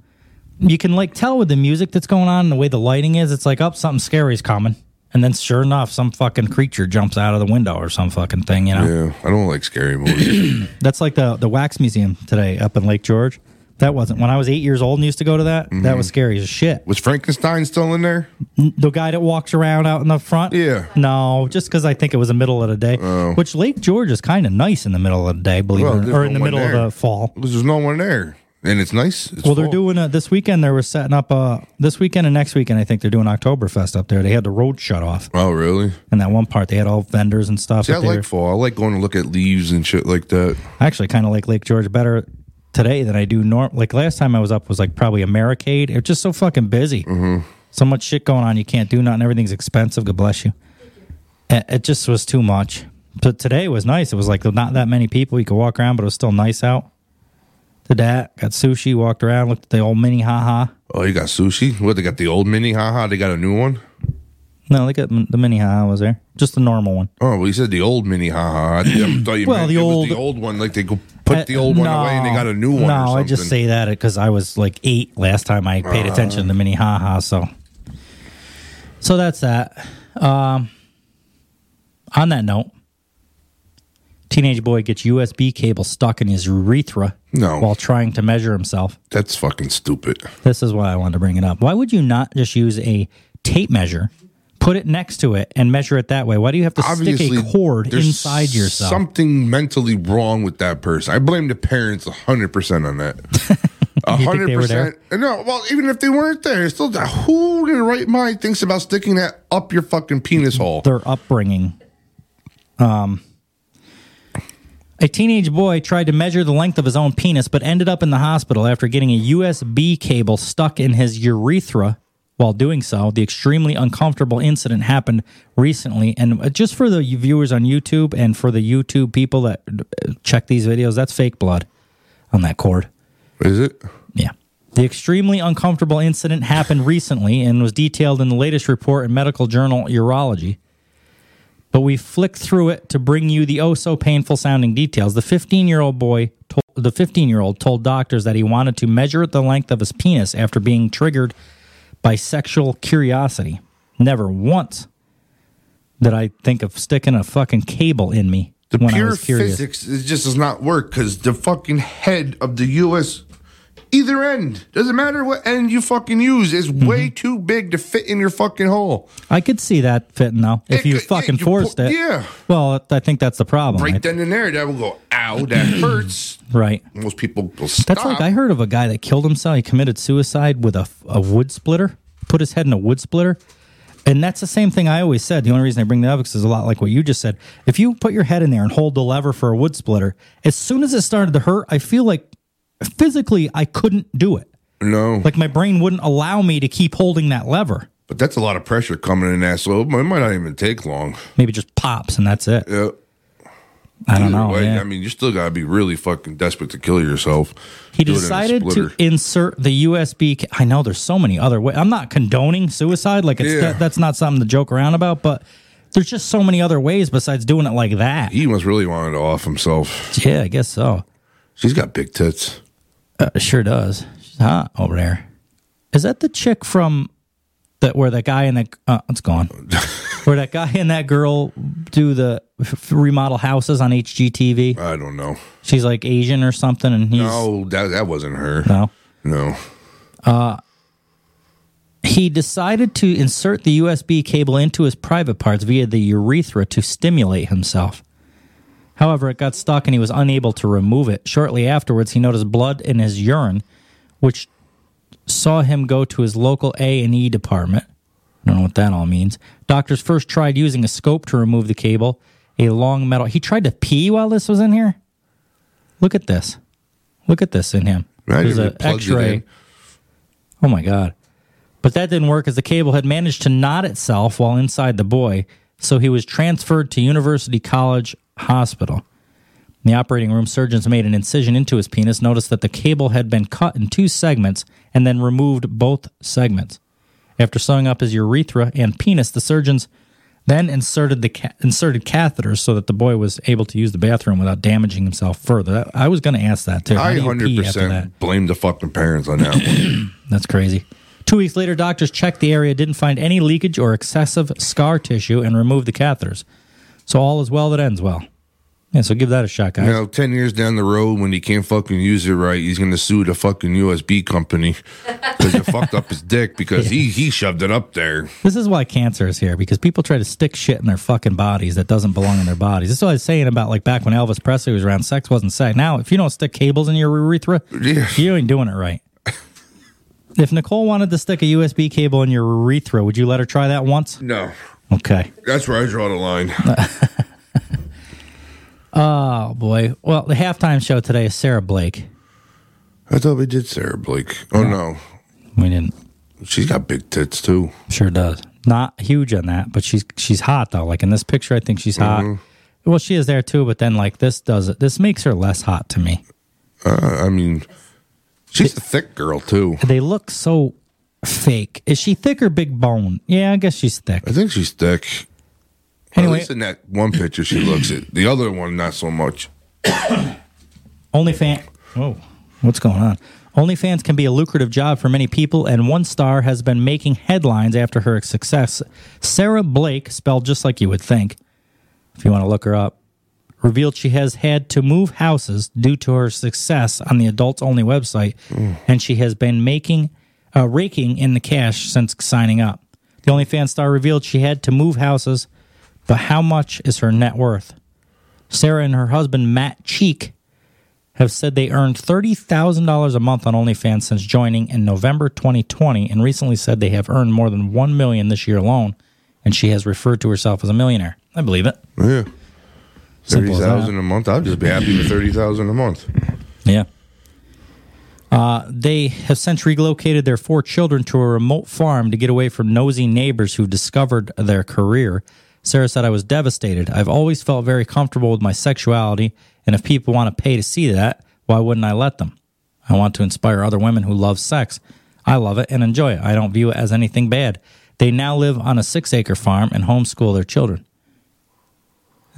You can like tell with the music that's going on and the way the lighting oh, is. It's like, up, something scary's coming. And then, sure enough, some fucking creature jumps out of the window or some fucking thing, you know?
Yeah, I don't like scary movies.
That's like the the wax museum today up in Lake George. That wasn't when I was eight years old and used to go to that. That
Mm-hmm.
was scary as shit.
Was Frankenstein still in there?
The guy that walks around out in the front.
Yeah. Oh.
No, just because I think it was the middle of the day. Which Lake George is kind of nice in the middle of the day, believe
Well,
it or
there's
not, or in
no
the
one
middle
there.
of the fall.
There's no one there, and it's nice. It's
well, they're
full.
doing a, this weekend. They were setting up uh this weekend and next weekend. I think they're doing Oktoberfest up there. They had the road shut off,
Oh, really?
and that one part they had all vendors and stuff.
See, I
that they were-
like fall. I like going to look at leaves and shit like that.
I actually kind of like Lake George better today than I do norm. Like last time I was up was like probably Americade. It's just so fucking busy. So much shit going on. You can't do nothing. Everything's expensive. God bless you. It, it just was too much. But today was nice. It was like not that many people. You could walk around, but it was still nice out. Did that. Got sushi. Walked around. Looked at the old mini haha.
Oh, you got sushi? What? They got the old mini? Haha, they got a new one.
No, look at the mini haha was there. Just the normal one.
Oh, well, you said the old mini? Haha. I thought you
Well,
meant
the
it was
old- Uh,
the old one. Like they go put the old one
No.
away and they got a new one. or
No, I just
something.
say that because I was like eight last time I paid
Uh.
attention to the mini haha. So, so that's that. Um, on that note, teenage boy gets USB cable stuck in his urethra
No.
while trying to measure himself.
That's fucking stupid.
This is why I wanted to bring it up. Why would you not just use a tape measure, put it next to it, and measure it that way? Why do you have to stick a cord
there's
inside yourself?
Something mentally wrong with that person. I blame the parents 100% on that. A
You think they were
100%. No, well, even if they weren't there, it's still who in their right mind thinks about sticking that up your fucking penis hole?
their upbringing. Um, a teenage boy tried to measure the length of his own penis, but ended up in the hospital after getting a USB cable stuck in his urethra. While doing so, the extremely uncomfortable incident happened recently. And uh, just for the viewers on YouTube and for the YouTube people that uh, check these videos, that's fake blood on that cord.
Is it?
Yeah. The extremely uncomfortable incident happened recently and was detailed in the latest report in medical journal Urology. But we flick through it to bring you the oh so painful sounding details. The 15 year old boy, told, the 15 year old told doctors that he wanted to measure the length of his penis after being triggered by sexual curiosity. Never once did I think of sticking a fucking cable in me
The
when I
pure
was curious.
physics is just does not work because the fucking head of the U.S. either end doesn't matter what end you fucking use is
Mm-hmm.
way too big to fit in your fucking hole.
I could see that fitting though if
It-
you
it-
fucking
you
forced
pu-
it.
yeah.
Well, I think that's the problem.
Right
Right.
then and there, that will go. Ow, that hurts.
right.
Most people will stop.
That's like I heard of a guy that killed himself. He committed suicide with a, a wood splitter, put his head in a wood splitter. And that's the same thing I always said. The only reason I bring that up is 'cause it's a lot like what you just said. If you put your head in there and hold the lever for a wood splitter, as soon as it started to hurt, I feel like physically I couldn't do it.
No,
Like my brain wouldn't allow me to keep holding that lever.
but that's a lot of pressure coming in that. So it might not even take long.
Maybe it just pops and that's it.
Yeah.
I don't
Either
know.
way,
man.
I mean, you still gotta be really fucking desperate to kill yourself.
He
Do it in a
decided to
splitter.
insert the USB. ca- I know there's so many other ways. I'm not condoning suicide. Like it's
Yeah.
that, that's not something to joke around about. But there's just so many other ways besides doing it like that.
He must really wanted to off himself.
Yeah, I guess so.
She's got big tits.
Uh, it sure does. She's hot over there. Is that the chick from that where that guy and that uh, it's gone? where that guy and that girl do the f- remodel houses on HGTV?
I don't know.
She's like Asian or something, and he's
No, that that wasn't her.
no.
No.
Uh, he decided to insert the USB cable into his private parts via the urethra to stimulate himself. However, it got stuck and he was unable to remove it. Shortly afterwards, he noticed blood in his urine, which saw him go to his local A&E department. I don't know what that all means. Doctors first tried using a scope to remove the cable, a long metal. He tried to pee while this was in here. Look at this. Look at this in him.
I
There's
didn't
an
even plug it
X-ray.
in.
Oh my god! But that didn't work as the cable had managed to knot itself while inside the boy, so he was transferred to University College Hospital. In the operating room, surgeons made an incision into his penis, noticed that the cable had been cut in two segments, and then removed both segments. After sewing up his urethra and penis, the surgeons then inserted the ca- inserted catheters so that the boy was able to use the bathroom without damaging himself further. That- I was going to ask that too. How
I
do you pee
hundred
after that?
percent blame the fucking parents on that one.
That's crazy. Two weeks later, doctors checked the area, didn't find any leakage or excessive scar tissue, and removed the catheters. So all is well that ends well. Yeah, so give that a shot, guys.
Now, 10 years down the road, when he can't fucking use it right, he's going to sue the fucking USB company because it fucked up his dick because he, he shoved it up there.
This is why cancer is here because people try to stick shit in their fucking bodies that doesn't belong in their bodies. This is what I was saying about like back when Elvis Presley was around, sex wasn't sex. Now, if you don't stick cables in your urethra, you ain't doing it right. If Nicole wanted to stick a USB cable in your urethra, would you let her try that once?
No.
Okay.
That's where I draw the line.
Oh boy. Well, the halftime show today is Sarah Blake.
I thought we did Sarah Blake. Oh, no.
We didn't.
She's got big tits, too.
Sure does. Not huge on that, but she's she's hot though. Like in this picture, I think she's hot.
Mhm.
Well, she is there too, but then like this does it. This makes her less hot to me.
Uh, I mean, she's a thick girl, too.
They look so fake. Is she thick or big bone? Yeah, I guess she's thick.
I think she's thick. At
Anyway,
least in that one picture, she looks it. The other one, not so much.
OnlyFans. Oh, what's going on? OnlyFans can be a lucrative job for many people, and one star has been making headlines after her success. Sarah Blake, spelled just like you would think, if you want to look her up, revealed she has had to move houses due to her success on the adults only website, and she has been making uh, raking in the cash since signing up. The OnlyFans star revealed she had to move houses, but how much is her net worth? Sarah and her husband Matt Cheek have said they earned $30,000 a month on OnlyFans since joining in November 2020 and recently said they have earned more than 1 million this year alone and she has referred to herself as a millionaire. I believe it.
Yeah.
Simple as that.
30000 a month. I'll just be happy with 30000 a month.
Yeah. Uh, they have since relocated their four children to a remote farm to get away from nosy neighbors who discovered their career. Sarah said, I was devastated. I've always felt very comfortable with my sexuality, and if people want to pay to see that, why wouldn't I let them? I want to inspire other women who love sex. I love it and enjoy it. I don't view it as anything bad. They now live on a six acre farm and homeschool their children.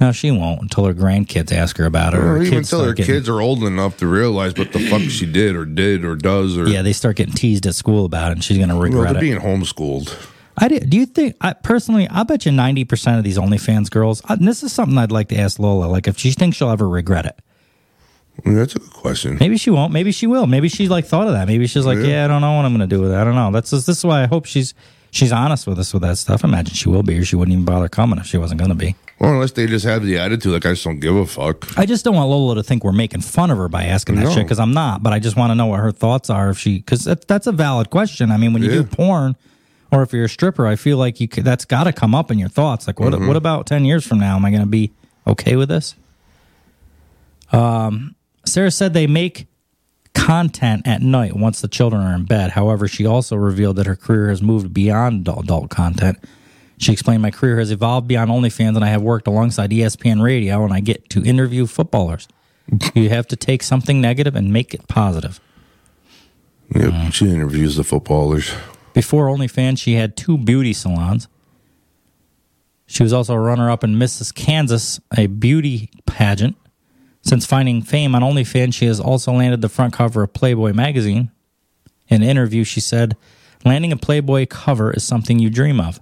Now, she won't until her grandkids ask her about it. or
Or
her
even
kids
until
start
her
getting-
kids are old enough to realize what the fuck she did or did or does or
Yeah, they start getting teased at school about it, and she's going to regret
well, they're
it.
being homeschooled.
I do, do you think I personally? I bet you ninety percent of these OnlyFans girls. And this is something I'd like to ask Lola. Like, if she thinks she'll ever regret it,
I mean, that's a good question.
maybe she won't. Maybe she will. Maybe she's like thought of that. Maybe she's like, yeah,
Yeah.
I don't know what I'm going to do with it. I don't know. That's just, this is why I hope she's she's honest with us with that stuff. I imagine she will be, or she wouldn't even bother coming if she wasn't going to be.
Well, unless they just have the attitude like I just don't give a fuck.
I just don't want Lola to think we're making fun of her by asking that shit
No.
shit because I'm not. But I just want to know what her thoughts are if she because that, that's a valid question. I mean, when you do
Yeah.
porn or if you're a stripper, I feel like you could, that's got to come up in your thoughts. Like, what
Mhm.
what about ten years from now? Am I going to be okay with this? Um, Sarah said they make content at night once the children are in bed. However, she also revealed that her career has moved beyond adult- adult content. She explained, My career has evolved beyond OnlyFans, and I have worked alongside E ESPN Radio, and I get to interview footballers. you have to take something negative and make it positive.
Yep, Uh, she interviews the footballers.
Before OnlyFans, she had two beauty salons. She was also a runner up in Mrs. Kansas, a beauty pageant. Since finding fame on OnlyFans, she has also landed the front cover of Playboy magazine. In an interview, she said, Landing a Playboy cover is something you dream of.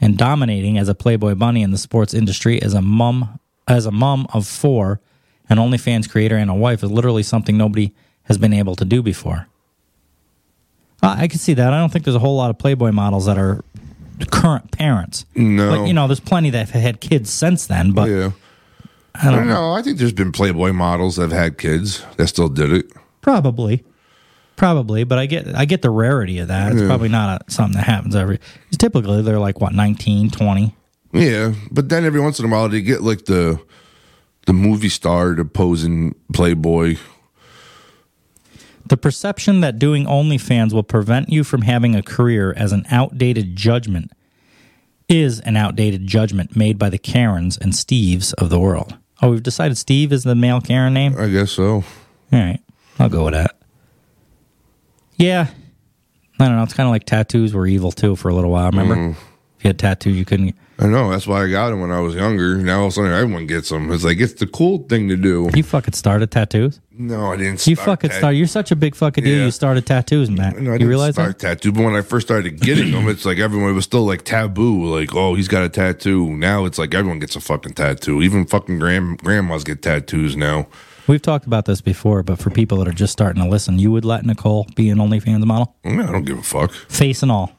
And dominating as a Playboy bunny in the sports industry as a mum as a mum of four, an OnlyFans creator and a wife is literally something nobody has been able to do before. Uh, I can see that. I don't think there's a whole lot of Playboy models that are current parents.
No.
But, you know, there's plenty that have had kids since then. But
yeah.
I don't know.
know. I think there's been Playboy models that have had kids that still did it.
Probably, probably. But I get I get the rarity of that. It's
Yeah.
probably not a, something that happens every. Typically, they're like what 19, 20.
Yeah, but then every once in a while they get like the the movie star to posing Playboy.
The perception that doing OnlyFans will prevent you from having a career as an outdated judgment is an outdated judgment made by the Karens and Steves of the world. Oh, we've decided Steve is the male Karen name?
I guess so.
All right. I'll go with that.
Mm.
Yeah. I don't know. It's kind of like tattoos were evil too for a little while. Remember? If you had tattoo, you couldn't.
I know. That's why I got them when I was younger. Now all of a sudden everyone gets them. It's like it's the cool thing to do.
You fucking started tattoos.
No, I didn't.
You
start
fucking
tat-
start. You're such a big fucking dude.
Yeah.
You started tattoos, Matt.
No, I
you
didn't
realize
start
that?
tattoo, but when I first started getting them, it's like everyone it was still like taboo. Like, oh, he's got a tattoo. Now it's like everyone gets a fucking tattoo. Even fucking grand grandmas get tattoos now.
We've talked about this before, but for people that are just starting to listen, you would let Nicole be an OnlyFans model,
Yeah, I don't give a fuck
face and all,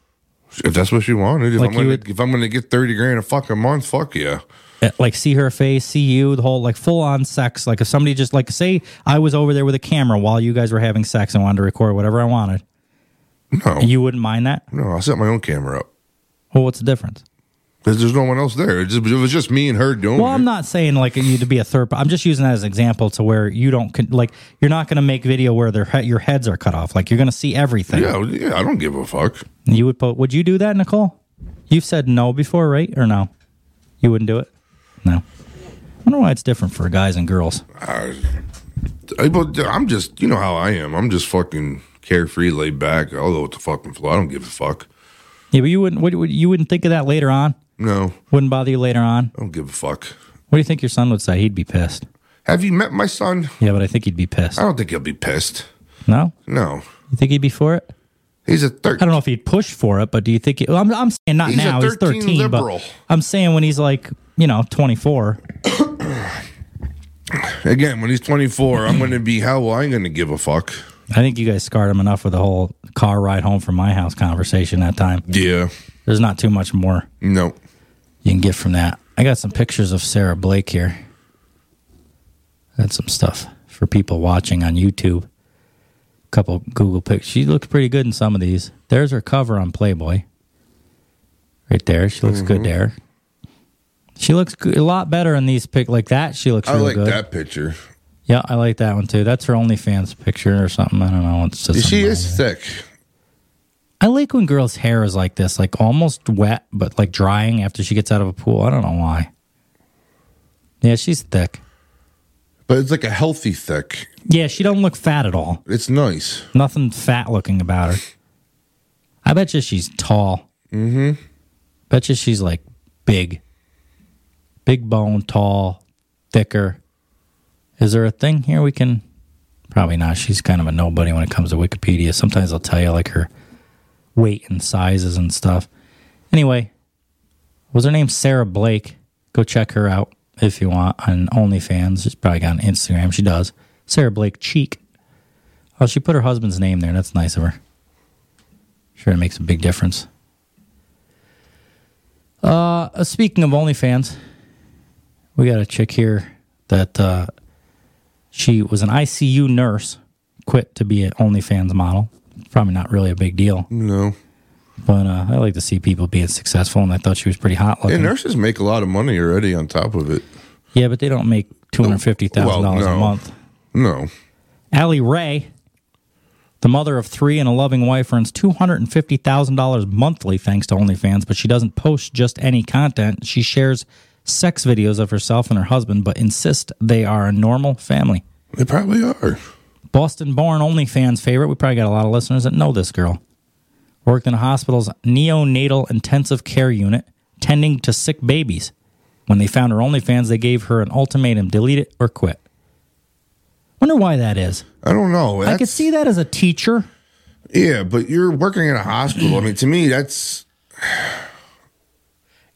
if that's what she wanted. If
Like
I'm
you
gonna,
would-
if I'm gonna get thirty grand a fucking month, fuck yeah.
Uh, like see her face, see you, the whole like full on sex. Like if somebody just like say I was over there with a camera while you guys were having sex and wanted to record whatever I wanted,
No,
you wouldn't mind that.
no, I'll set my own camera up.
Well, what's the difference?
'Cause there's no one else there. It, just, it was just me and her doing
Well,
it.
I'm not saying like you to be a third. I'm just using that as an example to where you don't con- like you're not going to make video where their he- your heads are cut off. Like you're going to see everything.
yeah, yeah, I don't give a fuck.
You would put. Would you do that, Nicole? You've said no before, right? Or no? You wouldn't do it. No. I wonder why it's different for guys and girls.
I, but I'm just, you know how I am. I'm just fucking carefree, laid back. I'll go with the fucking flow. I don't give a fuck.
Yeah, but you wouldn't. Would, would, you wouldn't think of that later on.
No,
Wouldn't bother you later on.
I don't give a fuck.
What do you think your son would say? He'd be pissed.
Have you met my son?
Yeah, but I think he'd be pissed.
I don't think he'll be pissed.
No,
No,
you think he'd be for it?
he's a
I
thirteen.
don't know if he'd push for it, but do you think? It, well, I'm, I'm saying not
He's a
now. He's
13
13,
liberal.
but I'm saying when he's like you know 24.
Again, when he's 24, I'm going to be how well, I ain't going to give a fuck.
I think you guys scarred him enough with the whole car ride home from my house conversation that time.
Yeah,
There's not too much more
no.
you can get from that. I got some pictures of Sarah Blake here. That's some stuff for people watching on YouTube. Couple Google pics. She looks pretty good in some of these. There's her cover on Playboy. Right there, she looks
Mm-hmm.
good there. She looks go- a lot better in these pic like that. She looks
I
real
like
good.
that picture.
Yeah, I like that one too. That's her OnlyFans picture or something. I don't know. It's just
she
something
is thick.
I like when girls' hair is like this, like almost wet, but like drying after she gets out of a pool. I don't know why. Yeah, she's thick.
But it's like a healthy thick.
Yeah, she don't look fat at all.
It's nice.
Nothing fat looking about her. I bet you she's tall. Mm-hmm. Bet you she's like big. Big bone, tall, thicker. Is there a thing here we can probably not. She's kind of a nobody when it comes to Wikipedia. Sometimes they'll tell you like her weight and sizes and stuff. Anyway, was her name Sarah Blake? Go check her out if you want on OnlyFans. She's probably got an Instagram. She does. Sarah Blake Cheek. Oh, she put her husband's name there. That's nice of her. Sure, it makes a big difference. Uh, uh, speaking of OnlyFans, we got a chick here that uh, she was an ICU nurse, quit to be an OnlyFans model. Probably not really a big deal,
No.
but uh, I like to see people being successful, and I thought she was pretty hot
Yeah,
looking.
nurses make a lot of money already on top of it.
Yeah, but they don't make two hundred fifty thousand
Well,
dollars
no.
a month.
No.
Allie Ray, the mother of three and a loving wife, earns two hundred and fifty thousand dollars monthly thanks to OnlyFans. But she doesn't post just any content. She shares sex videos of herself and her husband, but insists they are a normal family.
They probably are.
Boston born OnlyFans favorite. We probably got a lot of listeners that know this girl. Worked in a hospital's neonatal intensive care unit, tending to sick babies. When they found her OnlyFans, they gave her an ultimatum delete it or quit. Wonder why that is.
I don't know.
I could
That's-
see that as a teacher.
Yeah, but you're working in a hospital. I mean, to me, that's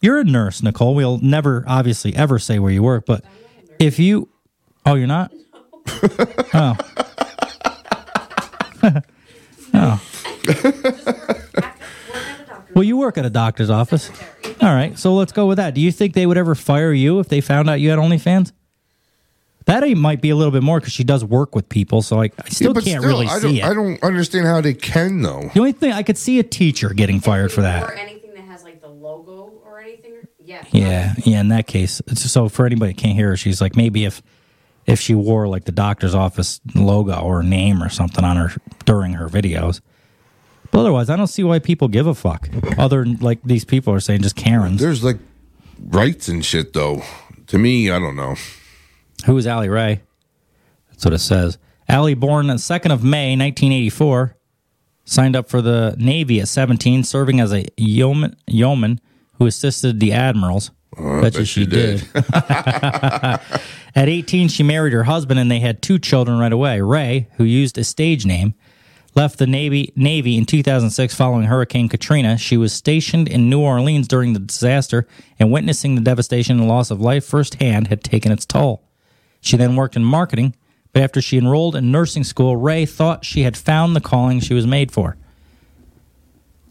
You're a nurse, Nicole. We'll never, obviously, ever say where you work, but if you. Oh, you're not? Oh.
Work at the doctor.
Oh. Well, you work at a doctor's office. All right, so let's go with that. Do you think they would ever fire you if they found out you had OnlyFans? That ain't- might be a little bit more because she does work with people, so like I still
Yeah, but
can't
still,
really
I don't,
see it.
I don't understand how they can though.
the only thing I could see a teacher getting fired for
Or
that.
anything that has like the logo or anything. Yeah.
Yeah, yeah. In that case, it's- so for anybody that can't hear her, she's like maybe if if she wore like the doctor's office logo or name or something on her during her videos. But otherwise, I don't see why people give a fuck. Other than like these people are saying just Karens.
There's like rights and shit though. To me, I don't know.
Who is Allie Ray? That's what it says. Allie, born on 2nd of May, 1984, signed up for the Navy at 17, serving as a yeoman, yeoman who assisted the admirals.
I
bet, you
bet
she
she
did.
did.
At 18, she married her husband, and they had two children right away. Ray, who used a stage name, left the Navy Navy in 2006 following Hurricane Katrina. She was stationed in New Orleans during the disaster, and witnessing the devastation and loss of life firsthand had taken its toll. She then worked in marketing, but after she enrolled in nursing school, Ray thought she had found the calling she was made for.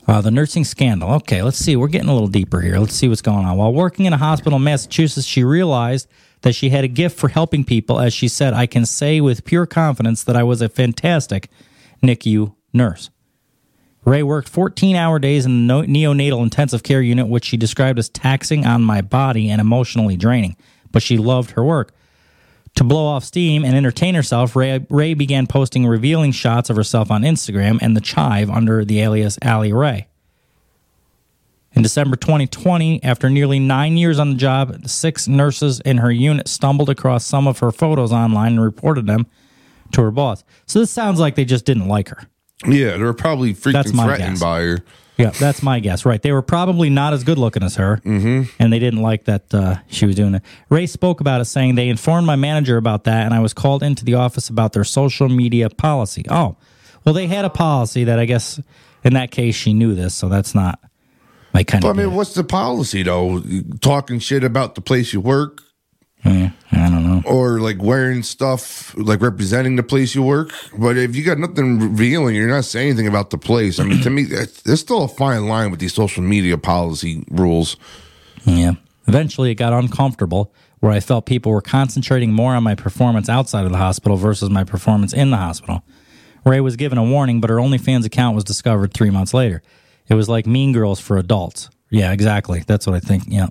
Uh, the nursing scandal. Okay, let's see. We're getting a little deeper here. Let's see what's going on. While working in a hospital in Massachusetts, she realized that she had a gift for helping people. As she said, I can say with pure confidence that I was a fantastic NICU nurse. Ray worked 14 hour days in the no- neonatal intensive care unit, which she described as taxing on my body and emotionally draining, but she loved her work. To blow off steam and entertain herself, Ray, Ray began posting revealing shots of herself on Instagram and the Chive under the alias Allie Ray. In December 2020, after nearly nine years on the job, six nurses in her unit stumbled across some of her photos online and reported them to her boss. So this sounds like they just didn't like her.
Yeah, they're probably freaking
That's my
threatened
guess.
by her.
Yeah, that's my guess. Right. They were probably not as good looking as her, mm-hmm. and they didn't like that uh, she was doing it. Ray spoke about it, saying they informed my manager about that, and I was called into the office about their social media policy. Oh, well, they had a policy that I guess in that case she knew this, so that's not my kind
But I
of.
mean, what's the policy though? Talking shit about the place you work,
Yeah, I don't know.
or like wearing stuff like representing the place you work. But if you got nothing revealing, you're not saying anything about the place. I mean, to me, that's- there's still a fine line with these social media policy rules.
Yeah. Eventually, it got uncomfortable where I felt people were concentrating more on my performance outside of the hospital versus my performance in the hospital. Ray was given a warning, but her OnlyFans account was discovered three months later. It was like Mean Girls for adults. Yeah, exactly. That's what I think. Yeah.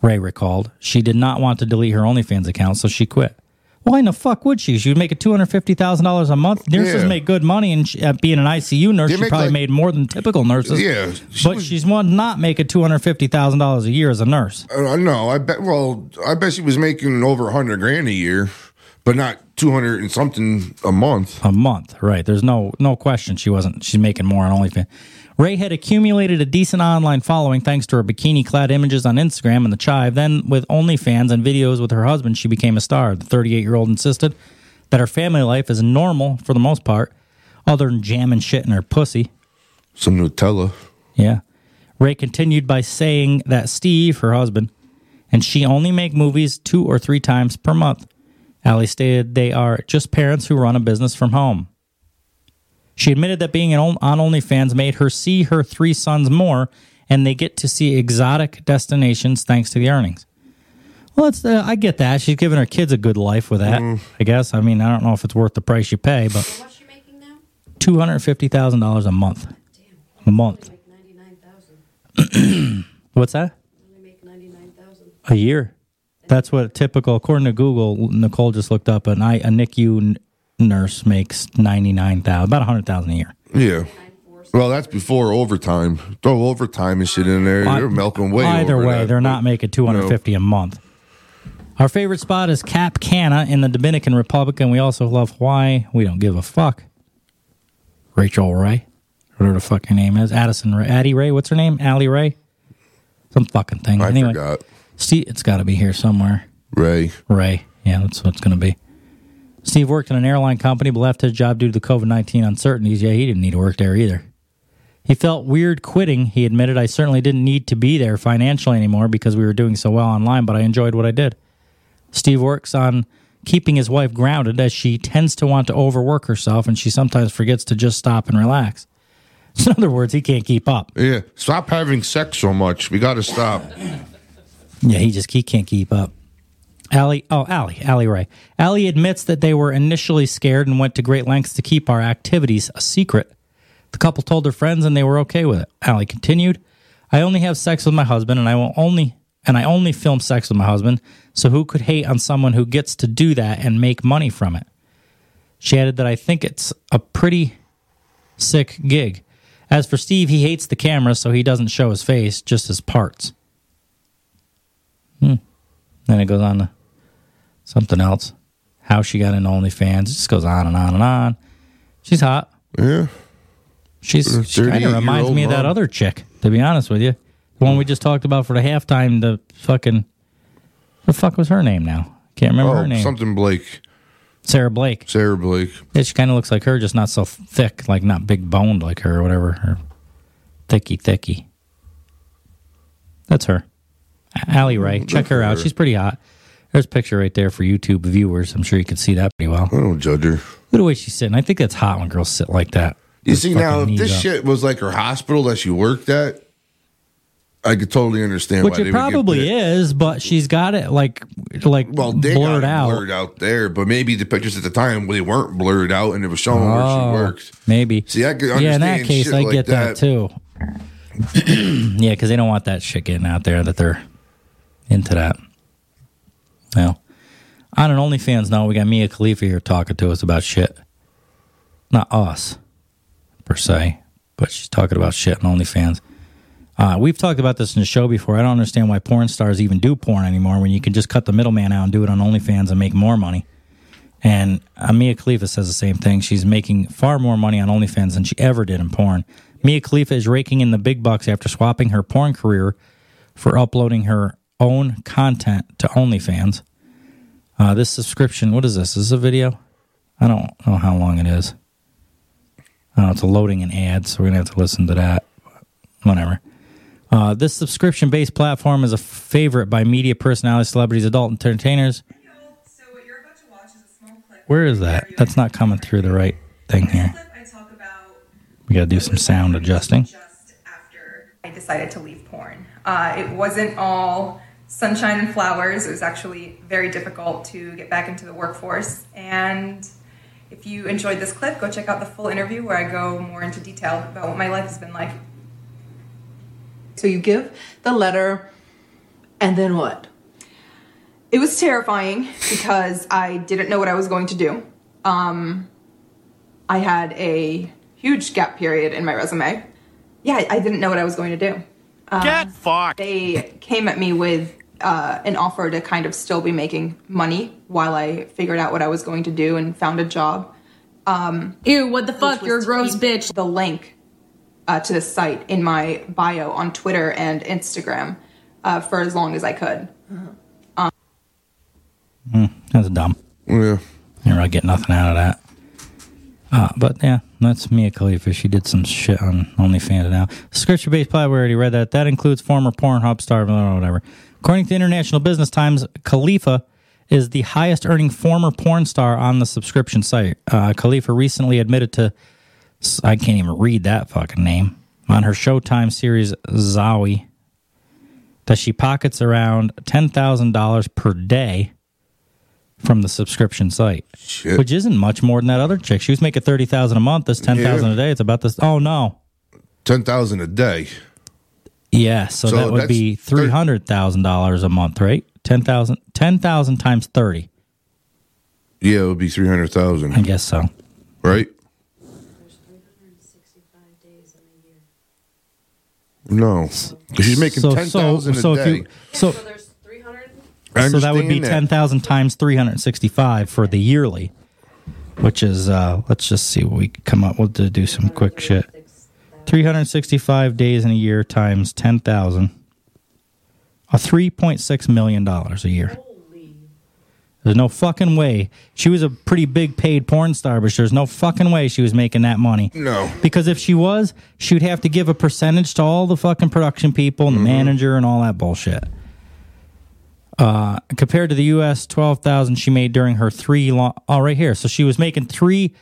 Ray recalled. She did not want to delete her OnlyFans account, so she quit. Why in the fuck would she? She would make $250,000 a month. Nurses
Yeah.
make good money, and she, at being an ICU nurse,
They
she
make,
probably
like-
made more than typical nurses.
Yeah,
but she's one not making $250,000 a year as a nurse.
I don't know. I bet. Well, I bet she was making over a hundred grand a year, but not two hundred and something a month.
a month, right? There's no no question she wasn't. She's making more on OnlyFans. Ray had accumulated a decent online following thanks to her bikini-clad images on Instagram and the Chive. Then, with OnlyFans and videos with her husband, she became a star. The 38-year-old insisted that her family life is normal for the most part, other than jamming shit in her pussy.
Some Nutella.
Yeah. Ray continued by saying that Steve, her husband, and she only make movies two or three times per month. Allie stated they are just parents who run a business from home. She admitted that being an on on OnlyFans made her see her three sons more, and they get to see exotic destinations thanks to the earnings. Well, it's, uh, I get that. She's giving her kids a good life with that, I guess. I mean, I don't know if it's worth the price you pay, but two hundred fifty thousand dollars a month. A month. What's that? A year. That's what a typical, according to Google. Nicole just looked up, and I a NICU n- nurse makes ninety nine thousand, about a hundred thousand a year.
Yeah. Well, that's before overtime. Throw overtime and shit in there.
I-
They're milking way.
Either
over
way,
that.
they're not making two hundred fifty a month. Our favorite spot is Cap Cana in the Dominican Republic, and we also love Hawaii. We don't give a fuck. Rachel Ray, whatever the fuck her name is, Addison Ray, Addie Ray. What's her name? Allie Ray. Some fucking thing.
I
anyway,
forgot.
see, it's got to be here somewhere.
Ray.
Ray. Yeah, that's what it's going to be. Steve worked in an airline company, but left his job due to the COVID 19 uncertainties. Yeah, he didn't need to work there either. He felt weird quitting. He admitted, I certainly didn't need to be there financially anymore because we were doing so well online, but I enjoyed what I did. Steve works on keeping his wife grounded as she tends to want to overwork herself and she sometimes forgets to just stop and relax. So in other words, he can't keep up.
Yeah. Stop having sex so much. We got to stop.
Yeah, he just he can't keep up. Allie, oh Allie, Allie Ray. Allie admits that they were initially scared and went to great lengths to keep our activities a secret. The couple told their friends and they were okay with it. Allie continued, "I only have sex with my husband, and I will only and I only film sex with my husband. So who could hate on someone who gets to do that and make money from it?" She added that I think it's a pretty sick gig. As for Steve, he hates the camera, so he doesn't show his face, just his parts. Then it goes on to something else. How she got into OnlyFans. It just goes on and on and on. She's hot.
Yeah.
She's she kind of
38-year-old
reminds me of that
mom.
other chick, to be honest with you. The one we just talked about for the halftime, the fucking. The fuck was her name now? Can't remember her name.
Oh, Something Blake.
Sarah Blake.
Sarah Blake.
Yeah, she kind of looks like her, just not so thick, like not big boned like her or whatever. Her thicky, thicky. That's her. Allie Ray.
Mm,
Check her out. She's pretty hot. There's a picture right there for YouTube viewers. I'm sure you can see that pretty well. I
don't judge her. Look
at the way she's sitting. I think that's hot when girls sit like that.
You
With
see
fucking
now, if
knees
this
up.
shit was like her hospital that she worked at, I could totally understand
which
why they
it
would
probably
get
is, but she's got it like like well,
they got
blurred
it
out.
blurred out there. But maybe the pictures at the time they weren't blurred out and it was showing
Oh,
where she worked.
Maybe.
See, I could
yeah, in that
understand
case,
shit
I
like
get that,
that.
too. yeah, because they don't want that shit getting out there that they're into that. Now, on an OnlyFans now, we got Mia Khalifa here talking to us about shit. Not us, per se, but she's talking about shit on OnlyFans. Uh, we've talked about this in the show before. I don't understand why porn stars even do porn anymore when you can just cut the middleman out and do it on OnlyFans and make more money. And uh, Mia Khalifa says the same thing. She's making far more money on OnlyFans than she ever did in porn. Mia Khalifa is raking in the big bucks after swapping her porn career for uploading her own content to OnlyFans. Uh, this subscription, what is this? Is this a video? I don't know how long it is. Oh, it's a loading an ad, so we're gonna have to listen to that. Whatever. Uh, this subscription-based platform is a favorite by media personalities, celebrities, adult entertainers. Where is that? That's not coming through the right thing here. We got to do some sound adjusting.
I decided to leave porn. Uh, it wasn't all sunshine and flowers. It was actually very difficult to get back into the workforce. And if you enjoyed this clip, go check out the full interview where I go more into detail about what my life has been like.
So you give the letter, and then what?
It was terrifying because I didn't know what I was going to do. Um, I had a huge gap period in my resume. Yeah, I- I didn't know what I was going to do. Um, Get fucked. They came at me with uh, an offer to kind of still be making money while I figured out what I was going to do and found a job. Um, Ew, what the fuck? You're a gross bitch. The link uh, to the site in my bio on Twitter and Instagram uh, for as long as I could. Um,
Mm, that's dumb.
Yeah.
You really get nothing out of that. Uh, but yeah, that's Mia Khalifa. She did some shit on OnlyFans now. Scripture based plot, we already read that. That includes former Pornhub star, blah, blah, whatever. According to International Business Times, Khalifa is the highest earning former porn star on the subscription site. Uh, Khalifa recently admitted to, I can't even read that fucking name, on her Showtime series, Zowie, that she pockets around $10,000 per day from the subscription site, which isn't much more than that other chick. She was making thirty thousand a month. That's ten thousand a day. It's about this. Oh no,
ten thousand a day.
Yeah, so,
So
that would
that's
be three hundred thousand dollars a month, right? Ten thousand, ten thousand times thirty.
Yeah, it would be three hundred thousand. I
guess so.
Right? No, 'Cause she's making ten thousand a
if
day.
you- so,
I
so that would be
understand that.
ten thousand times three hundred sixty-five for the yearly, which is uh, let's just see what we can come up. We'll do do some quick shit. Three hundred sixty-five days in a year times ten thousand, a three point six million dollars a year. There's no fucking way. She was a pretty big paid porn star, but there's no fucking way she was making that money.
No.
Because if she was, she would have to give a percentage to all the fucking production people and the manager and all that bullshit. Uh, compared to the U.S. twelve thousand she made during her three long. Oh, right here. So she was making three,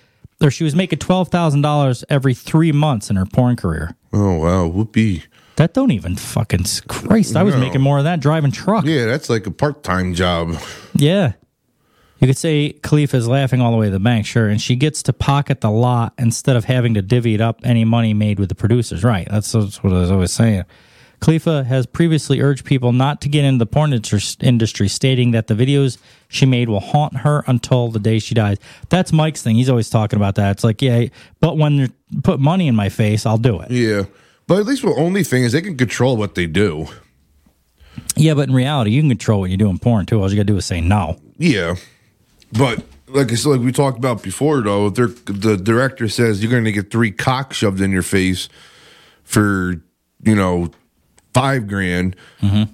or she was making twelve thousand dollars every three months in her porn career.
Oh wow, whoopee!
That don't even fucking Christ. I was
No.
making more of that driving truck.
Yeah, that's like a part-time job.
Yeah. You could say Khalifa's laughing all the way to the bank, sure, and she gets to pocket the lot instead of having to divvy it up any money made with the producers. Right. That's, that's what I was always saying. Khalifa has previously urged people not to get into the porn inter- industry, stating that the videos she made will haunt her until the day she dies. That's Mike's thing. He's always talking about that. It's like, yeah, but when they put money in my face, I'll do it.
Yeah, but at least the only thing is they can control what they do.
Yeah, but in reality, you can control what you do in porn too. All you got to do is say no.
Yeah, but like it's like we talked about before, though. If they're, the director says you're going to get three cocks shoved in your face for you know five grand,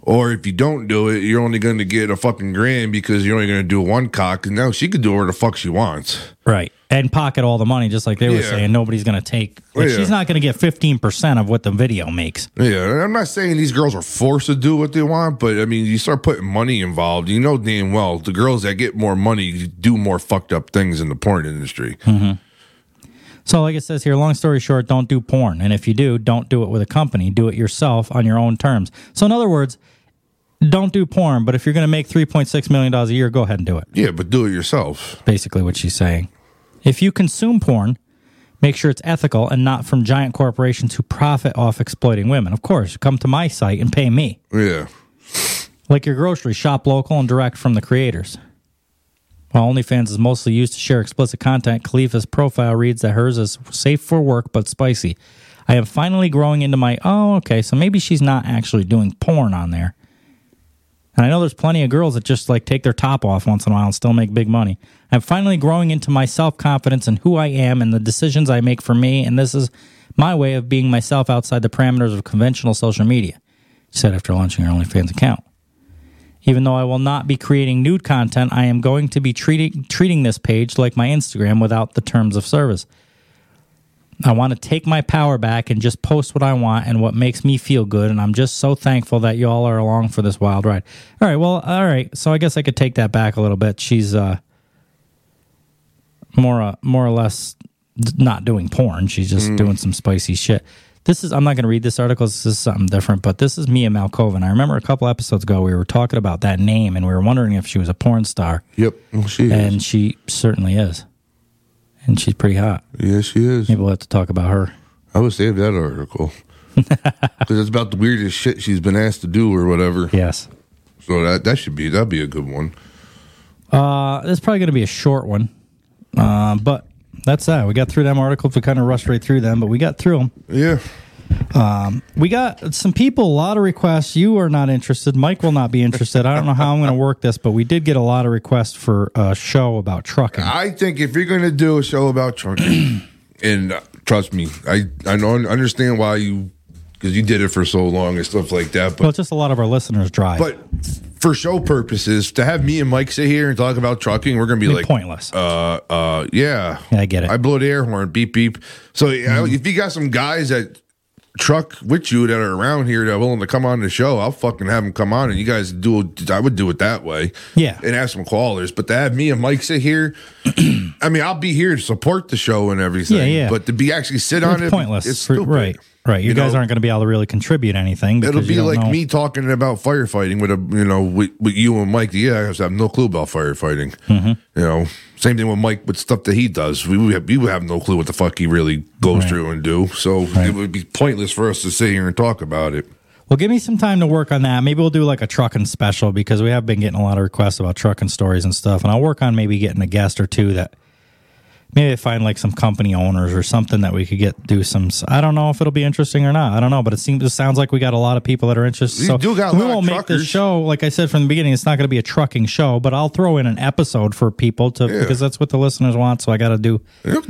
or if you don't do it, you're only going to get a fucking grand because you're only going to do one cock. And now she could do whatever the fuck she wants.
Right. And pocket all the money, just like they were
Yeah. Oh,
saying. Nobody's going to take. Like,
Yeah.
She's not going to get 15% of what the video makes.
Yeah, and I'm not saying these girls are forced to do what they want, but I mean, you start putting money involved, you know damn well the girls that get more money do more fucked up things in the porn industry.
Mm-hmm. So, like it says here, long story short, don't do porn. And if you do, don't do it with a company. Do it yourself on your own terms. So, in other words, don't do porn, but if you're going to make $3.6 million a year, go ahead and do it.
Yeah, but do it yourself.
Basically, what she's saying. If you consume porn, make sure it's ethical and not from giant corporations who profit off exploiting women. Of course, come to my site and pay me.
Yeah.
Like your grocery, shop local and direct from the creators. While OnlyFans is mostly used to share explicit content, Khalifa's profile reads that hers is safe for work but spicy. I am finally growing into my, oh, okay, so maybe she's not actually doing porn on there. And I know there's plenty of girls that just like take their top off once in a while and still make big money. I'm finally growing into my self confidence and who I am and the decisions I make for me. And this is my way of being myself outside the parameters of conventional social media, she said after launching her OnlyFans account. Even though I will not be creating nude content, I am going to be treating treating this page like my Instagram without the terms of service. I want to take my power back and just post what I want and what makes me feel good. And I'm just so thankful that y'all are along for this wild ride. All right, well, all right. So I guess I could take that back a little bit. She's uh, more uh, more or less d- not doing porn. She's just
Mm.
doing some spicy shit. This is I'm not going to read this article. This is something different, but this is Mia Malkovin. I remember a couple episodes ago we were talking about that name and we were wondering if she was a porn star.
Yep, well, she is.
and she certainly is, and she's pretty hot.
Yes, she is.
Maybe we'll have to talk about her.
I would save that article because it's about the weirdest shit she's been asked to do or whatever.
Yes.
So that that should be that'd be a good one.
Uh, this is probably going to be a short one, uh, but that's that. We got through them articles. We kind of rushed right through them, but we got through them.
Yeah.
Um, we got some people, a lot of requests. You are not interested. Mike will not be interested. I don't know how I'm going to work this, but we did get a lot of requests for a show about trucking.
I think if you're gonna do a show about Trump, and uh, trust me, I I know understand why you because you did it for so long and stuff like that. But
well, just a lot of our listeners drive.
but for show purposes, to have me and Mike sit here and talk about trucking, we're gonna be
Be
like
pointless.
Uh, uh, yeah, I get it. I blow the air horn, beep beep. So yeah, if you got some guys that truck with you that are around here that are willing to come on the show, I'll fucking have them come on, and you guys do. I would do it that way.
Yeah,
and have some callers. But to have me and Mike sit here, I mean, I'll be here to support the show and everything.
Yeah, yeah.
But to be actually sit on
it's
it,
pointless.
It's stupid.
Right, right. You,
You
guys
know?
aren't going to be able to really contribute anything. Because
It'll
you
be
don't
like
know-
me talking about firefighting with a you know with, with you and Mike. Yeah, I just have no clue about firefighting.
Mhm.
You know, same thing with Mike with stuff that he does. We would have, we would have no clue what the fuck he really goes through and do. So it would be pointless for us to sit here and talk about it.
Well, give me some time to work on that. Maybe we'll do like a trucking special because we have been getting a lot of requests about trucking stories and stuff. And I'll work on maybe getting a guest or two that maybe I find like some company owners or something that we could get do some. I don't know if it'll be interesting or not. I don't know, but it seems it sounds like we got a lot of people that are interested.
You
So
do got a
we
lot of
won't make this
truckers.
show like I said from the beginning. It's not going to be a trucking show, but I'll throw in an episode for people to
Yeah.
because that's what the listeners want. So I got to do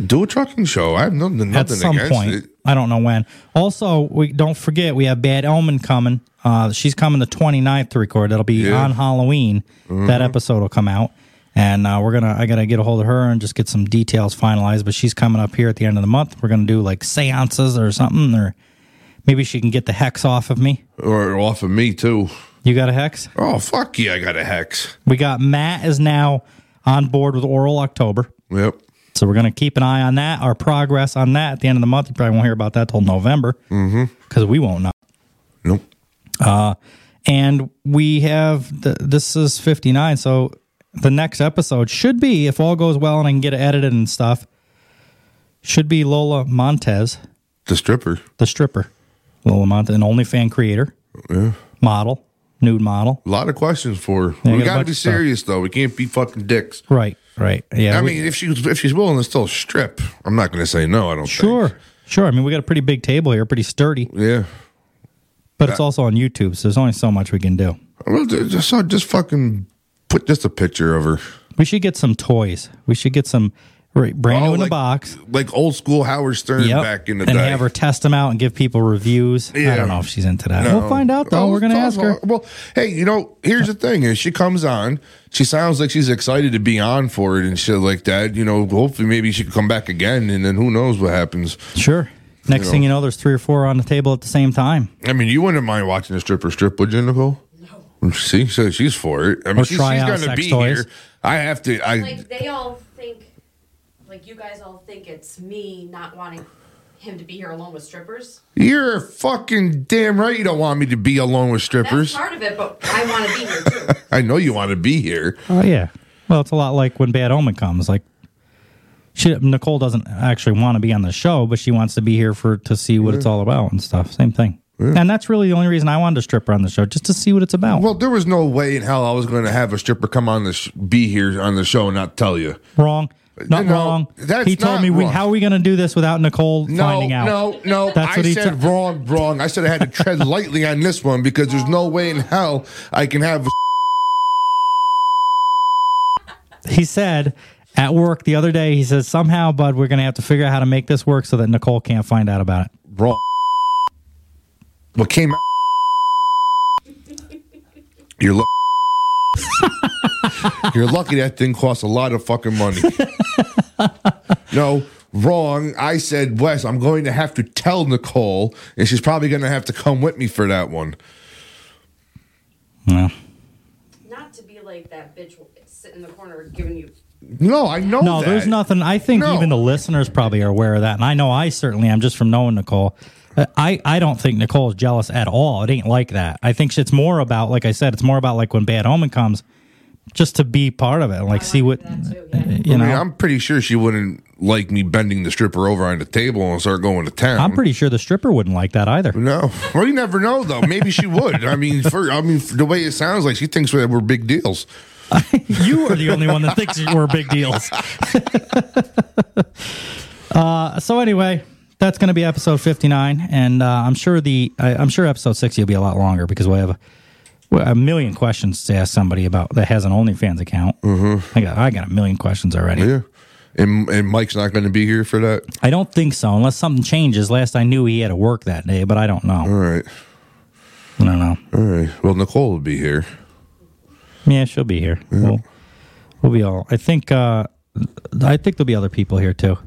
do a trucking show. I have nothing, nothing
at some
against
point.
it.
I don't know when. Also, we don't forget we have Bad Omen coming. Uh, she's coming the 29th to record. That'll be
Yeah.
on Halloween.
Mm-hmm.
That
Mhm.
episode will come out. And uh, we're gonna, I gotta get a hold of her and just get some details finalized. But she's coming up here at the end of the month. We're gonna do like seances or something, or maybe she can get the hex off of me.
Or off of me too.
You got a hex?
Oh fuck yeah, I got a hex.
We got Matt is now on board with Oral October.
Yep.
So we're going to keep an eye on that, our progress on that at the end of the month. You probably won't hear about that till November
Mm-hmm.
because we won't know.
Nope.
Uh, and we have the, this is 59. So the next episode should be, if all goes well and I can get it edited and stuff, should be Lola Montez,
The stripper.
the stripper. Lola Montez, an OnlyFan creator,
Yeah.
model, nude model.
A lot of questions for her.
Yeah, I got
we
a
got to
bunch
be
of stuff.
serious though. We can't be fucking dicks.
Right, right. Yeah.
I
we-
mean, if she's if she's willing to still strip, I'm not going to say no. I don't.
Sure, sure. I mean, we got a pretty big table here, pretty sturdy.
Yeah.
But it's also on YouTube, so there's only so much we can do.
Well, ju- Just so- just fucking put just a picture of her.
We should get some toys. We should get some Right, brand
Oh,
new in
like,
a box.
like old school Howard Stern
Yep.
back in the
and
day.
have her test them out and give people reviews. I don't know if she's into that.
No.
We'll find out though.
Oh,
We're gonna
it's
ask her.
awful. Well, hey, you know, here's the thing: is she comes on, she sounds like she's excited to be on for it and shit like that. You know, hopefully, maybe she could come back again, and then who knows what happens.
Sure. Next
You
thing
know.
you know, there's three or four on the table at the same time.
I mean, you wouldn't mind watching a stripper strip, would you, Nicole? No. See, so she's for it. I mean,
Or
she- she's
try out
going to
sex
be
toys.
here. I have to. I
like they all think, like you guys all think it's me not wanting him to be here alone with strippers.
you're fucking damn right. You don't want me to be alone with
That's
strippers.
part of it, but I want to be here too.
I know you want to be here.
Oh yeah. Well, it's a lot like when Bad Omen comes. Like, she, Nicole doesn't actually want to be on the show, but she wants to be here for to see what it's all about and stuff. Same thing. And that's really the only reason I wanted a stripper on the show, just to see what it's about.
Well, there was no way in hell I was going to have a stripper come on this, be here on the show and not tell you.
wrong. Not
No,
wrong.
that's
he told
not
me, we,
wrong.
"How are we going to do this without Nicole
No,
finding out?"
no, no.
That's what
I
he
said
t-
wrong, wrong. I said I had to tread lightly on this one because there's no way in hell I can have.
He said at work the other day. He says somehow, bud, we're going to have to figure out how to make this work so that Nicole can't find out about it.
Wrong. What came out? You're lucky. You're lucky that thing costs a lot of fucking money. no, wrong. I said, Wes, I'm going to have to tell Nicole, and she's probably going to have to come with me for that one.
No.
Not to be like that bitch sitting in the corner giving you.
No, I know.
No,
that.
there's nothing. I think
No.
even the listeners probably are aware of that, and I know I certainly am just from knowing Nicole. Uh, I I don't think Nicole is jealous at all. It ain't like that. I think it's more about, like I said, it's more about like when Bad Omen comes, just to be part of it, and like see what you
I
know.
mean, I'm pretty sure she wouldn't like me bending the stripper over on the table and start going to town.
I'm pretty sure the stripper wouldn't like that either.
No, well, you never know though. Maybe she would. I mean, for I mean, for the way it sounds like she thinks that we're big deals.
you are the only one that thinks we're big deals. uh, so anyway, that's going to be episode fifty nine, and uh, I'm sure the I, I'm sure episode sixty will be a lot longer because we have a, well, a million questions to ask somebody about that has an OnlyFans account. Mm-hmm. I got I got a million questions already.
Yeah, and and Mike's not going to be here for that.
I don't think so, unless something changes. Last I knew, he had to work that day, but I don't know. All
right.
I don't know.
All right. Well, Nicole will be here.
Yeah, she'll be here. We'll, we'll be all. I think. Uh, I think there'll be other people here too.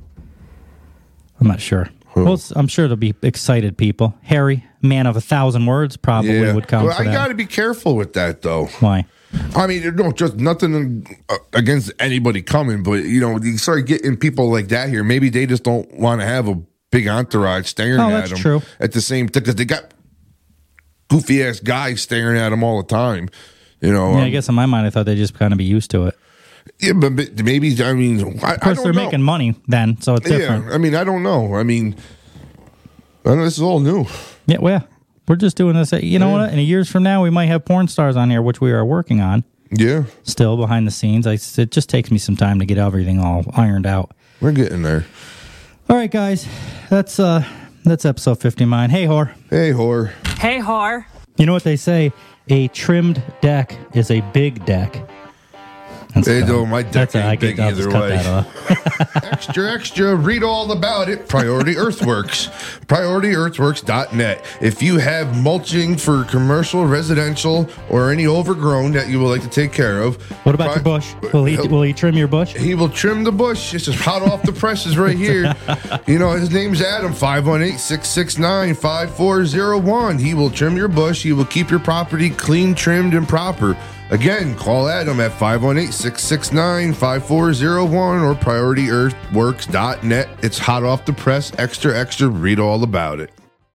I'm not sure. Well, s- I'm sure there'll be excited people. Harry, man of a thousand words, probably
yeah,
would come.
Well,
for
I
that.
got to be careful with that though.
Why?
I mean, no, just nothing uh, against anybody coming, but you know, you start getting people like that here. Maybe they just don't want to have a big entourage staring
Oh,
at
that's
them
true.
at the same because they got goofy ass guys staring at them all the time. You know,
yeah, I
um,
guess in my mind, I thought they'd just kind of be used to it.
yeah, but but maybe I mean, I,
Of course,
I
they're
don't know.
making money then, so it's different.
Yeah, I mean, I don't know. I mean, I don't know, this is all new.
Yeah, well, we're just doing this. uh, You know what? In years from now, we might have porn stars on here, which we are working on.
Yeah,
still behind the scenes. I s- it just takes me some time to get everything all ironed out.
We're getting there.
All right, guys, that's uh that's episode fifty nine. Hey, whore.
Hey, whore.
Hey, whore.
You know what they say? A trimmed deck is a big deck.
Hey, though, my deck
That's it. I
ain't
could-
big
I'll just
either
cut
way.
that off.
extra, extra. Read all about it. Priority Earthworks. PriorityEarthworks.net. If you have mulching for commercial, residential, or any overgrown that you would like to take care of,
What about your bush? Will he will he trim your bush?
he will trim the bush. It's just hot off the presses right here. You know, his name's Adam, 518 669 5401. He will trim your bush. He will keep your property clean, trimmed, and proper. Again, call Adam at 518 669 5401 or priorityearthworks.net. It's hot off the press, extra, extra. Read all about it.